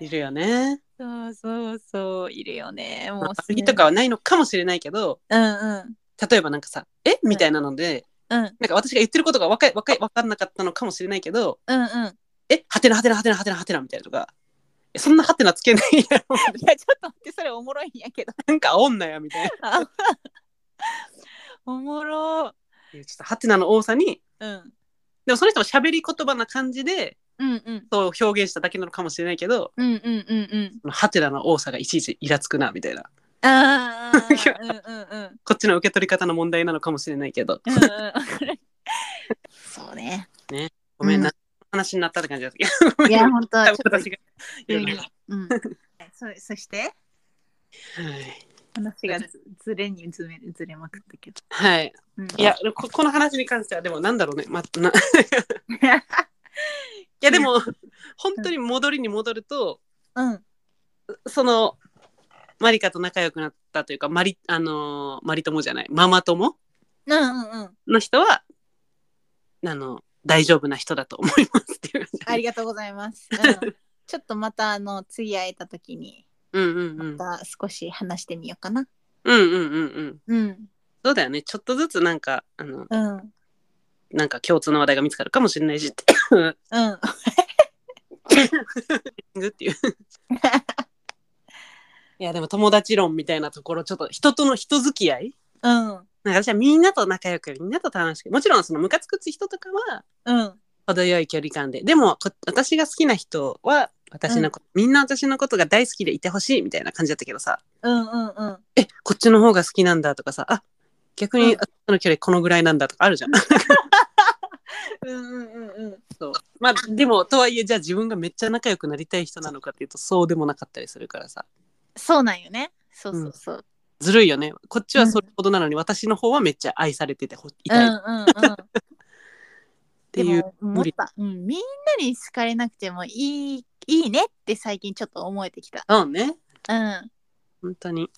Speaker 2: いるよね。
Speaker 1: そうそうそういるよねも
Speaker 2: ま
Speaker 1: う
Speaker 2: あ次とかはないのかもしれないけど、
Speaker 1: うんうん
Speaker 2: 例えばなんかさ、えみたいなので、
Speaker 1: うん
Speaker 2: なんか私が言ってることが分か分か分かんなかったのかもしれないけど、
Speaker 1: うんうん
Speaker 2: えはてなはてなはてなはてなはてなみたいなとか、えそんなはてなつけないやろ。
Speaker 1: いやちょっと待ってそれおもろいんやけど
Speaker 2: なんか煽んなよみたいな。
Speaker 1: あおもろ
Speaker 2: ちょっとハテナの多さに、
Speaker 1: うん
Speaker 2: でもその人も喋り言葉な感じで、
Speaker 1: うんうん
Speaker 2: そう表現しただけなのかもしれないけど、
Speaker 1: うんうんうんうん
Speaker 2: そのハテナの多さがいちいちイラつくなみたいな。
Speaker 1: あ ーうんうんうん
Speaker 2: こっちの受け取り方の問題なのかもしれないけど、
Speaker 1: うんうんわ かるそうね
Speaker 2: ごめんな、話になったって感じだったけど。
Speaker 1: いや本当ちょっと
Speaker 2: 私が言うのが
Speaker 1: うん、そそして
Speaker 2: はい
Speaker 1: 話がずずれにずれずれまくったけど、
Speaker 2: はい。
Speaker 1: うん、
Speaker 2: いやこ、この話に関しては、でもなんだろうね。ま、な いや、でも、本当に戻りに戻ると、
Speaker 1: うん
Speaker 2: その、マリカと仲良くなったというか、マリ、あのーマリ友じゃない、ママ友
Speaker 1: うんうんうん
Speaker 2: の人はあの大丈夫な人だと思いますっていう
Speaker 1: ありがとうございます、 うん、ちょっとまたあの次会えた時に
Speaker 2: うんうんうん
Speaker 1: また少し話してみようかな
Speaker 2: うんうんうんう
Speaker 1: う
Speaker 2: ん
Speaker 1: ん
Speaker 2: そうだよねちょっとずつなんかあの
Speaker 1: うん
Speaker 2: なんか共通の話題が見つかるかもしれないしって
Speaker 1: うん
Speaker 2: いういやでも友達論みたいなところちょっと人との人付き合い
Speaker 1: うん
Speaker 2: なんか私はみんなと仲良くみんなと楽しくもちろんそのムカつく人とかは
Speaker 1: うん
Speaker 2: 程よい距離感ででもこ私が好きな人は私のこと、みんな私のことが大好きでいてほしいみたいな感じだったけどさ
Speaker 1: うんうんうん
Speaker 2: えこっちの方が好きなんだとかさあ逆
Speaker 1: うん
Speaker 2: にあなたの距離このぐらいなんだとかあるじゃん。
Speaker 1: うんうんうん
Speaker 2: そうまあでもとはいえじゃあ自分がめっちゃ仲良くなりたい人なのかっていうとそうでもなかったりするからさ
Speaker 1: そうなんよねそうそうそう、
Speaker 2: ずるいよねこっちはそれほどなのに、私の方はめっちゃ愛されててほ
Speaker 1: うん、
Speaker 2: い
Speaker 1: う
Speaker 2: たいっ
Speaker 1: んうん
Speaker 2: て
Speaker 1: で
Speaker 2: いう、
Speaker 1: も思った、うん、みんなに好かれなくてもいいいいねって最近ちょっと思えてきた
Speaker 2: そうね
Speaker 1: うん
Speaker 2: 本当に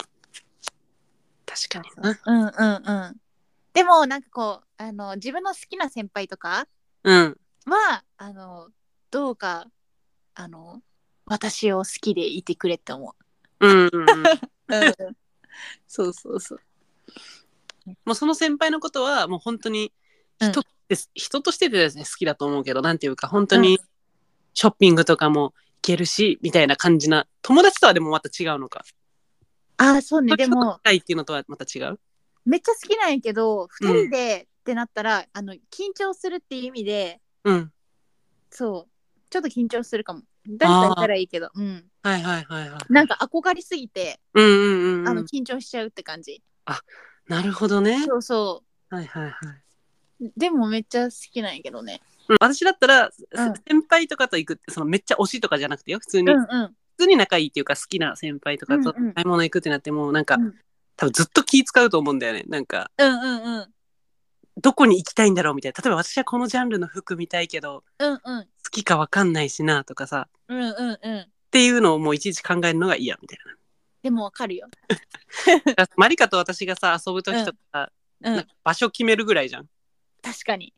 Speaker 2: 確かにな
Speaker 1: うんうんうん。でもなんかこうあの自分の好きな先輩とか
Speaker 2: うん
Speaker 1: はあのどうかあの私を好きでいてくれって思
Speaker 2: うん、うん、
Speaker 1: う。うん、そうそうそう。
Speaker 2: もうその先輩のことはもう本当に人として、人としてですね好きだと思うけどなんていうか本当にショッピングとかも行けるしみたいな感じな友達とはでもまた違うのか
Speaker 1: ああそうねでも
Speaker 2: 会っていうのとはまた違う
Speaker 1: めっちゃ好きなんやけど2人でってなったら、あの緊張するっていう意味で
Speaker 2: うん。
Speaker 1: そうちょっと緊張するかも誰かいたらいいけど、うん、
Speaker 2: はいはいはいはい。
Speaker 1: なんか憧れすぎて、
Speaker 2: うんうんうん
Speaker 1: あ
Speaker 2: う
Speaker 1: の
Speaker 2: ん。
Speaker 1: 緊張しちゃうって感じ、
Speaker 2: なるほどね。
Speaker 1: そうそ
Speaker 2: はいはいはい。
Speaker 1: うでもめっちゃ好きなんやけどね
Speaker 2: うん、私だったら、せ
Speaker 1: うん
Speaker 2: 先輩とかと行くってそのめっちゃ推しとかじゃなくてよ普通
Speaker 1: う
Speaker 2: に、
Speaker 1: んうん
Speaker 2: 普通に仲いいっていうか好きな先輩とかと
Speaker 1: うんうん
Speaker 2: 買い物行くってなってもうなんか、
Speaker 1: うん
Speaker 2: 多分ずっと気使うと思うんだよねなんか
Speaker 1: うんうんうん
Speaker 2: どこに行きたいんだろうみたいな例えば私はこのジャンルの服見たいけど
Speaker 1: うんうん
Speaker 2: 好きかわかんないしなとかさっ
Speaker 1: うんうんうん
Speaker 2: ていうのをもういちいち考えるのが嫌みたいな
Speaker 1: でもわかるよ、
Speaker 2: だ からマリカと私がさ遊ぶ時とか,、
Speaker 1: うん、
Speaker 2: なんか場所決めるぐらいじゃんい
Speaker 1: 確かに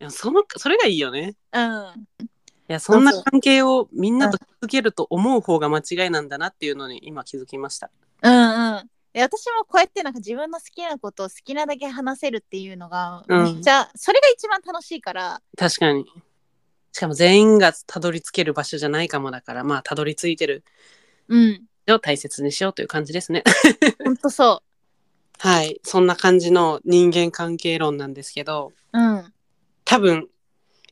Speaker 2: やそのそれがいいよね
Speaker 1: うん
Speaker 2: いやそんな
Speaker 1: そうそう
Speaker 2: 関係をみんなと続けると思う方が間違いなんだなっていうのに今気づきました
Speaker 1: うんうんで私もこうやってなんか自分の好きなことを好きなだけ話せるっていうのが
Speaker 2: うん
Speaker 1: めっちゃ、それが一番楽しいから
Speaker 2: 確かにしかも全員がたどり着ける場所じゃないかもだからまあたどり着いてる
Speaker 1: うん
Speaker 2: を大切にしようという感じですね。
Speaker 1: ほんとそ
Speaker 2: はい。そんな感じの人間関係論なんですけど、
Speaker 1: ううん
Speaker 2: 多分、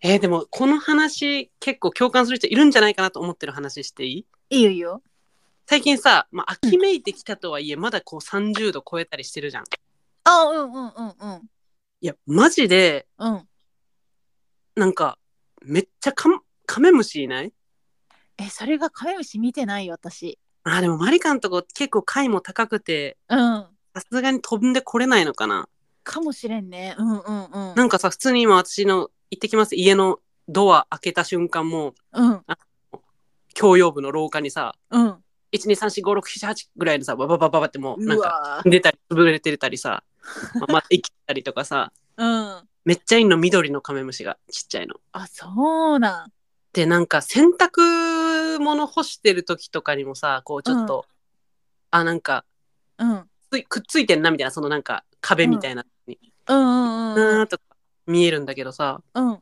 Speaker 2: えーでもこの話結構共感する人いるんじゃないかなと思ってる話していい
Speaker 1: いいよいいよ
Speaker 2: 最近さ、まあ、秋めいてきたとはいえ、まだこう30度超えたりしてるじゃん。
Speaker 1: あうんうんうんうん
Speaker 2: いや、マジで、
Speaker 1: うん
Speaker 2: なんか、めっちゃカムカメムシいない
Speaker 1: えそれがカメムシ見てないよ私
Speaker 2: あー、でもマリカんとこ結構貝も高くて、
Speaker 1: うん
Speaker 2: さすがに飛んでこれないのかな。
Speaker 1: かもしれんねうんうんうん
Speaker 2: なんかさ、普通に今私の、行ってきます。家のドア開けた瞬間もう、
Speaker 1: うん
Speaker 2: 教養部の廊下にさ
Speaker 1: うん
Speaker 2: 1234567ぐらいのさバババババってもうなん
Speaker 1: う
Speaker 2: か
Speaker 1: わ
Speaker 2: 出たり潰れてたりさ、まあ、まあ生きたりとかさ
Speaker 1: うん
Speaker 2: めっちゃいいの緑のカメムシがちっちゃいの。
Speaker 1: あそうなん
Speaker 2: でなんか洗濯物干してる時とかにもさこうちょっと、あなんか
Speaker 1: うんうん
Speaker 2: ついくっついてんなみたいなそのなんか壁みたいなのに、
Speaker 1: うんうんう
Speaker 2: なんーとか見えるんだけどさ
Speaker 1: うん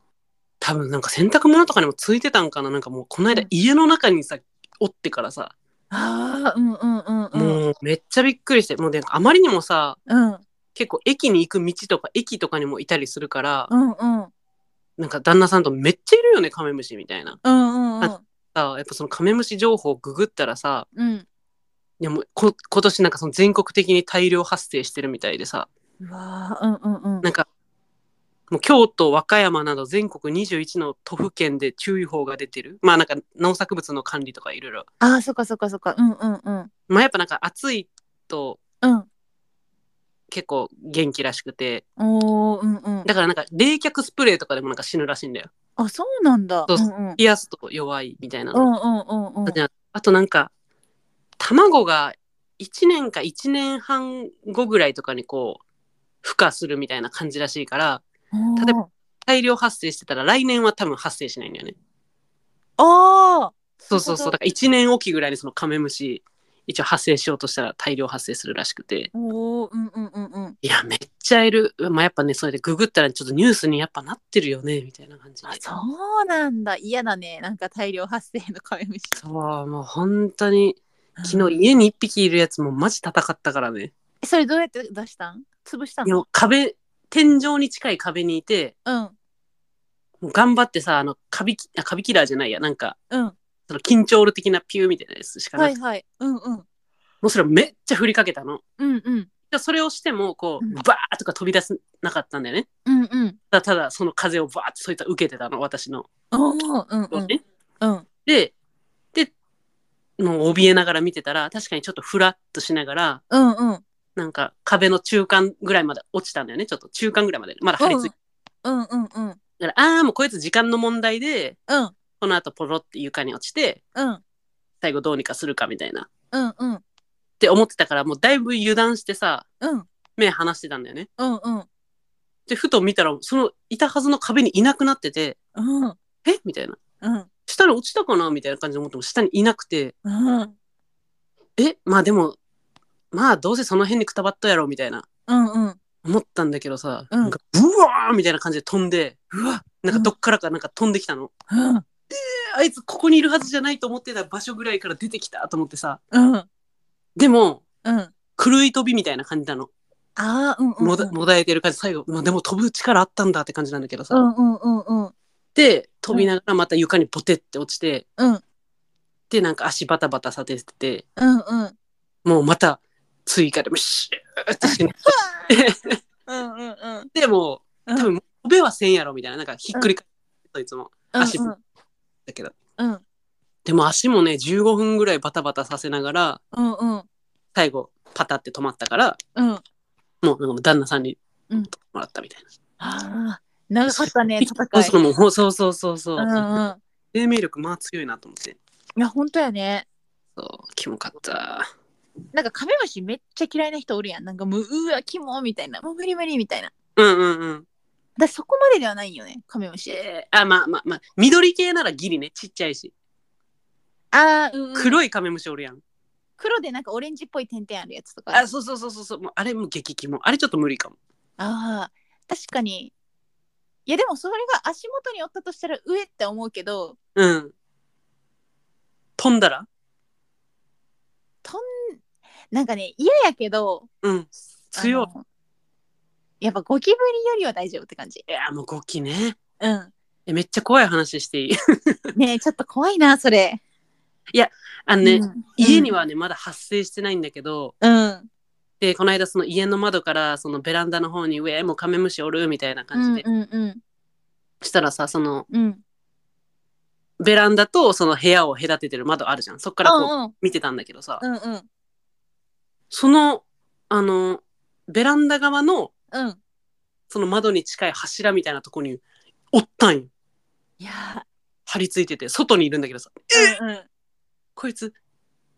Speaker 2: 多分なんか洗濯物とかにもついてたんかななんかもうこの間
Speaker 1: うん
Speaker 2: 家の中にさおってからさ、
Speaker 1: あーうんうんうんうん
Speaker 2: もうめっちゃびっくりしてもうであまりにもさ
Speaker 1: うん
Speaker 2: 結構駅に行く道とか駅とかにもいたりするから、
Speaker 1: うんうん
Speaker 2: なんか旦那さんとめっちゃいるよねカメムシみたいな
Speaker 1: うんうん
Speaker 2: さやっぱそのカメムシ情報をググったらさ
Speaker 1: うん
Speaker 2: いやもうこ今年なんかその全国的に大量発生してるみたいでさ
Speaker 1: うわーうんうんうん
Speaker 2: なんかもう京都和歌山など全国21の都府県で注意報が出てるまあなんか農作物の管理とかいろいろ
Speaker 1: あーそっかそっかそっかうんうんうん
Speaker 2: まあやっぱなんか暑いと
Speaker 1: うん
Speaker 2: 結構元気らしくて
Speaker 1: おーうんうん
Speaker 2: だからなんか冷却スプレーとかでもなんか死ぬらしいんだよ
Speaker 1: あそうなんだ
Speaker 2: そう
Speaker 1: う
Speaker 2: そ
Speaker 1: んうん
Speaker 2: 冷やすと弱いみたいなの
Speaker 1: うんうんうんうん
Speaker 2: じゃああとなんか卵が1年か1年半後ぐらいとかにこう孵化するみたいな感じらしいから
Speaker 1: おー
Speaker 2: 例え大量発生してたら来年は多分発生しないんだよね。
Speaker 1: ああ
Speaker 2: そうそうそうだから1年おきぐらいにそのカメムシ一応発生しようとしたら大量発生するらしくて
Speaker 1: おおうんうんうんうん
Speaker 2: いやめっちゃいる、まあ、やっぱねそれでググったらちょっとニュースにやっぱなってるよねみたいな感じで
Speaker 1: あそうなんだ嫌だねなんか大量発生のカメムシ
Speaker 2: そうもう本当に昨日家に1匹いるやつもマジ戦ったからね
Speaker 1: えそれどうやって出したん潰した
Speaker 2: いや
Speaker 1: の
Speaker 2: 壁天井に近い壁にいて
Speaker 1: うん
Speaker 2: もう頑張ってさ、あの、カビキ、あ、カビキラーじゃないや、なんか、
Speaker 1: うん
Speaker 2: その緊張る的なピューみたいなやつしかなく
Speaker 1: は
Speaker 2: て、
Speaker 1: いはいうんうん
Speaker 2: もうそれをめっちゃ振りかけたの。
Speaker 1: うんうん
Speaker 2: でそれをしても、こう、
Speaker 1: うん
Speaker 2: バーッとか飛び出せなかったんだよね。
Speaker 1: うんうん
Speaker 2: ただ、ただその風をバーッとそいつは受けてたの、私の。
Speaker 1: おーうんうん
Speaker 2: ね
Speaker 1: うん
Speaker 2: で、で、もう怯えながら見てたら、確かにちょっとフラッとしながら、
Speaker 1: うんうん
Speaker 2: なんか壁の中間ぐらいまで落ちたんだよね、ちょっと中間ぐらいまで。まだ張り付いて。
Speaker 1: うんうんうん
Speaker 2: だから、あーもうこいつ時間の問題で、
Speaker 1: うん
Speaker 2: この後ポロって床に落ちて、
Speaker 1: うん
Speaker 2: 最後どうにかするかみたいな。
Speaker 1: うんうん
Speaker 2: って思ってたからもうだいぶ油断してさ
Speaker 1: うん
Speaker 2: 目離してたんだよね。
Speaker 1: うんうん
Speaker 2: でふと見たらそのいたはずの壁にいなくなってて
Speaker 1: うん
Speaker 2: 「えみたいな
Speaker 1: うん
Speaker 2: 「下に落ちたかな?」みたいな感じで思っても下にいなくて
Speaker 1: うん
Speaker 2: 「えまあでもまあどうせその辺にくたばっとやろ」みたいな
Speaker 1: うんうん
Speaker 2: 思ったんだけどさ、
Speaker 1: うん
Speaker 2: なんかうわーみたいな感じで飛んで
Speaker 1: うわ
Speaker 2: なんかどっからかなんか飛んできたの。
Speaker 1: うん
Speaker 2: えあいつここにいるはずじゃないと思ってた場所ぐらいから出てきたと思ってさ
Speaker 1: うん
Speaker 2: でも
Speaker 1: うん
Speaker 2: 狂い飛びみたいな感じなの。
Speaker 1: ああ、うんうん、うん。
Speaker 2: もだもだえてる感じ最後、まあ、でも飛ぶ力あったんだって感じなんだけどさ、
Speaker 1: うんうんうんうん。
Speaker 2: で飛びながらまた床にポテって落ちて
Speaker 1: うん
Speaker 2: でなんか足バタバタさせてて
Speaker 1: うんうん。
Speaker 2: もうまた追加でムシューってしなって
Speaker 1: うんうんうん。
Speaker 2: でも
Speaker 1: う
Speaker 2: うん多分飛べはせんやろみたいななんかひっくり返っていつも足
Speaker 1: うん
Speaker 2: だけど
Speaker 1: うん
Speaker 2: でも足もね15分ぐらいバタバタさせながら
Speaker 1: うんうん
Speaker 2: 最後パタって止まったから
Speaker 1: うん。あ
Speaker 2: もうなんか旦那さんに
Speaker 1: うん
Speaker 2: 取ってもらったみたいな。
Speaker 1: あ、長かったね、
Speaker 2: そう
Speaker 1: 戦い。
Speaker 2: そうもうそうそうそうそうう、
Speaker 1: んうん。
Speaker 2: 生命力まあ強いなと思って
Speaker 1: いや、本当やね。
Speaker 2: そうキモかった
Speaker 1: なんかカメムシめっちゃ嫌いな人おるやん。なんかもう、うわ、キモみたいな。もう無理無理みたいな。
Speaker 2: うんうんうん
Speaker 1: だそこまでではないよね、カメムシ。
Speaker 2: えーあまあまあまあ緑系ならギリねちっちゃいし
Speaker 1: ああ、うんうん。
Speaker 2: 黒いカメムシおるやん、
Speaker 1: 黒でなんかオレンジっぽい点々あるやつとか。あ
Speaker 2: あそうそうそうそうそうもうあれもう激キモあれちょっと無理かも
Speaker 1: あー、確かに。いや、でもそれが足元におったとしたら上って思うけど、
Speaker 2: うん飛んだら
Speaker 1: なんかね、嫌やけど、
Speaker 2: うん強い
Speaker 1: あのやっぱゴキブリよりは大丈夫って感じ。
Speaker 2: いやもうゴキね
Speaker 1: うん。
Speaker 2: えめっちゃ怖い話していい
Speaker 1: ねえちょっと怖いな、それ。
Speaker 2: あのね、
Speaker 1: うん
Speaker 2: 家にはねまだ発生してないんだけど
Speaker 1: うん。
Speaker 2: でこの間その家の窓からそのベランダの方に「上もうカメムシおる」みたいな
Speaker 1: うん
Speaker 2: 感じで、
Speaker 1: うんうん
Speaker 2: したらさその
Speaker 1: うん。
Speaker 2: ベランダとその部屋を隔ててる窓あるじゃんそっからこう
Speaker 1: うん
Speaker 2: 見てたんだけどさ、
Speaker 1: うんうん
Speaker 2: そのあのベランダ側の
Speaker 1: うん。
Speaker 2: その窓に近い柱みたいなとこにおったんよ
Speaker 1: いや
Speaker 2: 張り付いてて外にいるんだけどさ
Speaker 1: ーうんうん
Speaker 2: こいつ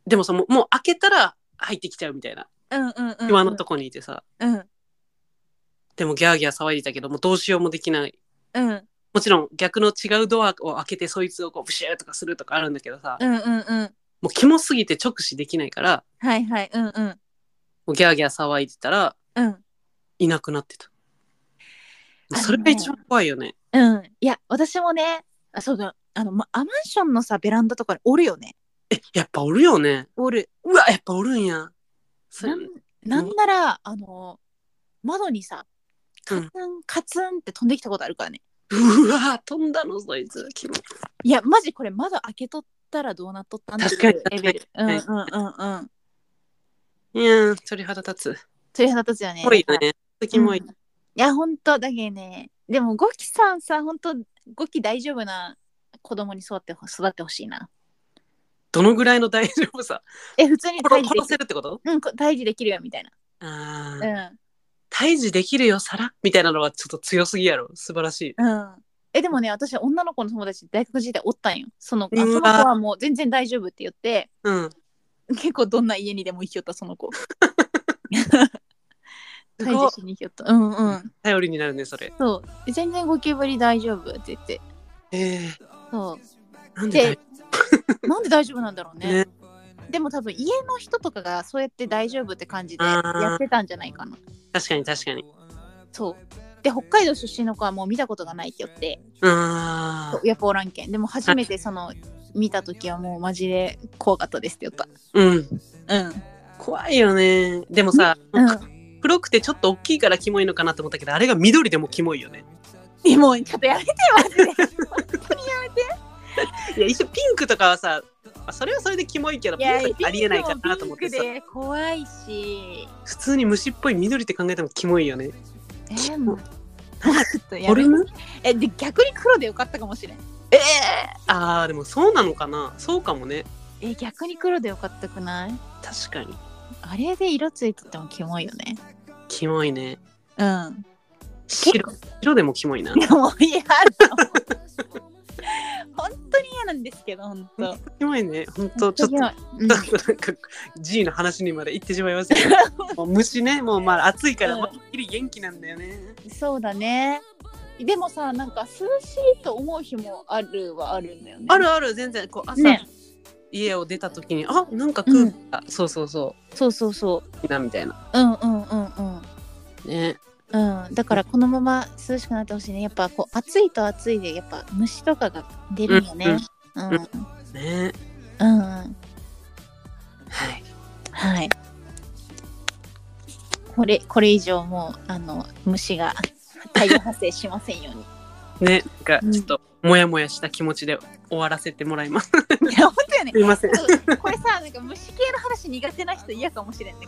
Speaker 2: でもさもうもう開けたら入ってきちゃうみたいな
Speaker 1: うんうんうん。
Speaker 2: 今のとこにいてさ
Speaker 1: うん
Speaker 2: でもギャーギャー騒いでたけどもうどうしようもできない
Speaker 1: うんうん
Speaker 2: もちろん逆の違うドアを開けてそいつをこうブシューとかするとかあるんだけどさ
Speaker 1: うんうん。
Speaker 2: もうキモすぎて直視できないから
Speaker 1: はいはいうんうん
Speaker 2: もうギャーギャー騒いでたら
Speaker 1: うん
Speaker 2: いなくなってた
Speaker 1: あのね
Speaker 2: それが一番怖いよね
Speaker 1: うん。いや私もね、あそうだ。あのまアマンションのさベランダとかにおるよね。
Speaker 2: えやっぱおるよね
Speaker 1: おる。
Speaker 2: うわやっぱおるんやそれ
Speaker 1: なんなんならあの窓にさカツンカツンって飛んできたことあるからね。
Speaker 2: うわ飛んだのそいつキモ
Speaker 1: いやマジこれ窓開けとったらどうなっとったんだっていうレベル。うんうん
Speaker 2: かに
Speaker 1: うんうん。
Speaker 2: いやー鳥肌立つ
Speaker 1: 鳥肌立つよね。
Speaker 2: キモいよねキモい、
Speaker 1: うんいやほんとだけどねでもゴキさんさほんとゴキ大丈夫な子供に育ってほ育ってほしいな
Speaker 2: どのぐらいの大丈夫さ
Speaker 1: え普通に
Speaker 2: 殺
Speaker 1: 退治で
Speaker 2: 殺
Speaker 1: き
Speaker 2: せ
Speaker 1: る
Speaker 2: るってこと
Speaker 1: うんこ退治できるよみたいな
Speaker 2: あ
Speaker 1: う
Speaker 2: ー
Speaker 1: ん
Speaker 2: 退治できるよさらみたいなのはちょっと強すぎやろ素晴らしい
Speaker 1: うんえでもね私女の子の友達大学時代おったんよそのあ
Speaker 2: うわ
Speaker 1: その子はもう全然大丈夫って言って
Speaker 2: うん
Speaker 1: 結構どんな家にでも行きよったその 子
Speaker 2: す
Speaker 1: 退
Speaker 2: ごい
Speaker 1: 治しに行きよったうんうん
Speaker 2: 頼りになるねそれ
Speaker 1: そうえ全然ゴキブリ大丈夫って言って
Speaker 2: えー、
Speaker 1: そ
Speaker 2: なんでだよ
Speaker 1: うなんで大丈夫なんだろうね
Speaker 2: ね
Speaker 1: でも多分家の人とかがそうやって大丈夫って感じで
Speaker 2: あー
Speaker 1: やってたんじゃないかな。
Speaker 2: 確かに確かに
Speaker 1: そう。で北海道出身の子はもう見たことがないって言って
Speaker 2: あー
Speaker 1: やっぱおらんけんでも初めてその見た時はもうマジで怖かったですって言っ
Speaker 2: うん
Speaker 1: た。うん。
Speaker 2: 怖いよねでもさ、
Speaker 1: うん。
Speaker 2: 黒くてちょっと大きいからキモいのかなと思ったけどあれが緑でもキモいよね
Speaker 1: でもちょっとやめてマジで。本当にやめて。
Speaker 2: いや一緒ピンクとかはさまあそれはそれでキモいけど
Speaker 1: い
Speaker 2: ピ
Speaker 1: や
Speaker 2: ンクありえないかなと思ってさ
Speaker 1: ピンクで怖いし。
Speaker 2: 普通に虫っぽい緑って考えてもキモいよね
Speaker 1: え
Speaker 2: キ
Speaker 1: ー、も
Speaker 2: モ
Speaker 1: う。ちょっとや
Speaker 2: フォ
Speaker 1: め
Speaker 2: ル
Speaker 1: て
Speaker 2: ム
Speaker 1: えで逆に黒でよかったかもしれん。え
Speaker 2: あーでもそうなのかなそうかもね
Speaker 1: ー、え逆に黒でよかったくない
Speaker 2: 確かに
Speaker 1: あれで色ついててもキモいよね。
Speaker 2: キモいね
Speaker 1: うん。
Speaker 2: 白白でもキモいな
Speaker 1: でもいや本当に嫌なんですけど本当
Speaker 2: キモいねほんとちょっと
Speaker 1: 本当に嫌うん
Speaker 2: ちょっとなんか G の話にまで行ってしまいま したけどもう虫ねもうまあ暑いから
Speaker 1: うん
Speaker 2: まっきり元気なんだよね、
Speaker 1: そうだねでもさなんか涼しいと思う日もあるはあるんだよね
Speaker 2: あるある全然こう朝、
Speaker 1: ね
Speaker 2: 家を出た時にあなんか空気が、そうそうそ
Speaker 1: そうそうそう
Speaker 2: なみたいな
Speaker 1: ううんうんうん
Speaker 2: ね
Speaker 1: うんうんだからこのまま涼しくなってほしいねやっぱこう暑いと暑いでやっぱ虫とかが出るよねうんうん
Speaker 2: ね
Speaker 1: うん
Speaker 2: はい
Speaker 1: はいこれこれ以上もうあの虫が大量発生しませんように。
Speaker 2: ね、なんかちょっともやもやした気持ちで終わらせてもらいます。
Speaker 1: いや本当よね
Speaker 2: す。いません。
Speaker 1: そうこれさなんか虫系の話苦手な人嫌かもしれん ね。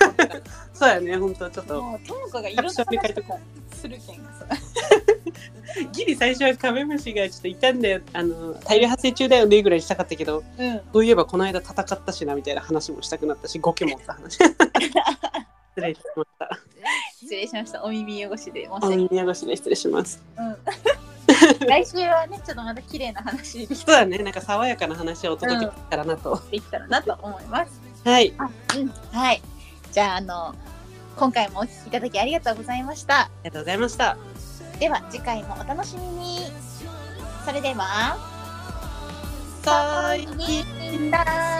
Speaker 2: そうやね、本当ちょっと。
Speaker 1: もうともこがいろんな話とかするけんさ。
Speaker 2: ギリ最初はカメムシがちょっといたんだよ、あの大量発生中だよねぐらいしたかったけど、
Speaker 1: うん。
Speaker 2: そういえばこの間戦ったしなみたいな話もしたくなったし、ゴケもおった話。失礼しました。
Speaker 1: 失礼しました。お耳汚しで申し
Speaker 2: お
Speaker 1: 訳ない。
Speaker 2: 耳汚しで失礼します。
Speaker 1: うん。来週はねちょっとまた綺麗な話でき
Speaker 2: そうだね、なんか爽やかな話をお届けできたらなと。
Speaker 1: ていったらなと思います。
Speaker 2: はい、あ
Speaker 1: あ、うん、はい。じゃあ、あの、今回もお聞きいただきありがとうございました。
Speaker 2: りがとうございました。
Speaker 1: では、次回もお楽しみに。それでは、
Speaker 2: さよ
Speaker 1: さよなら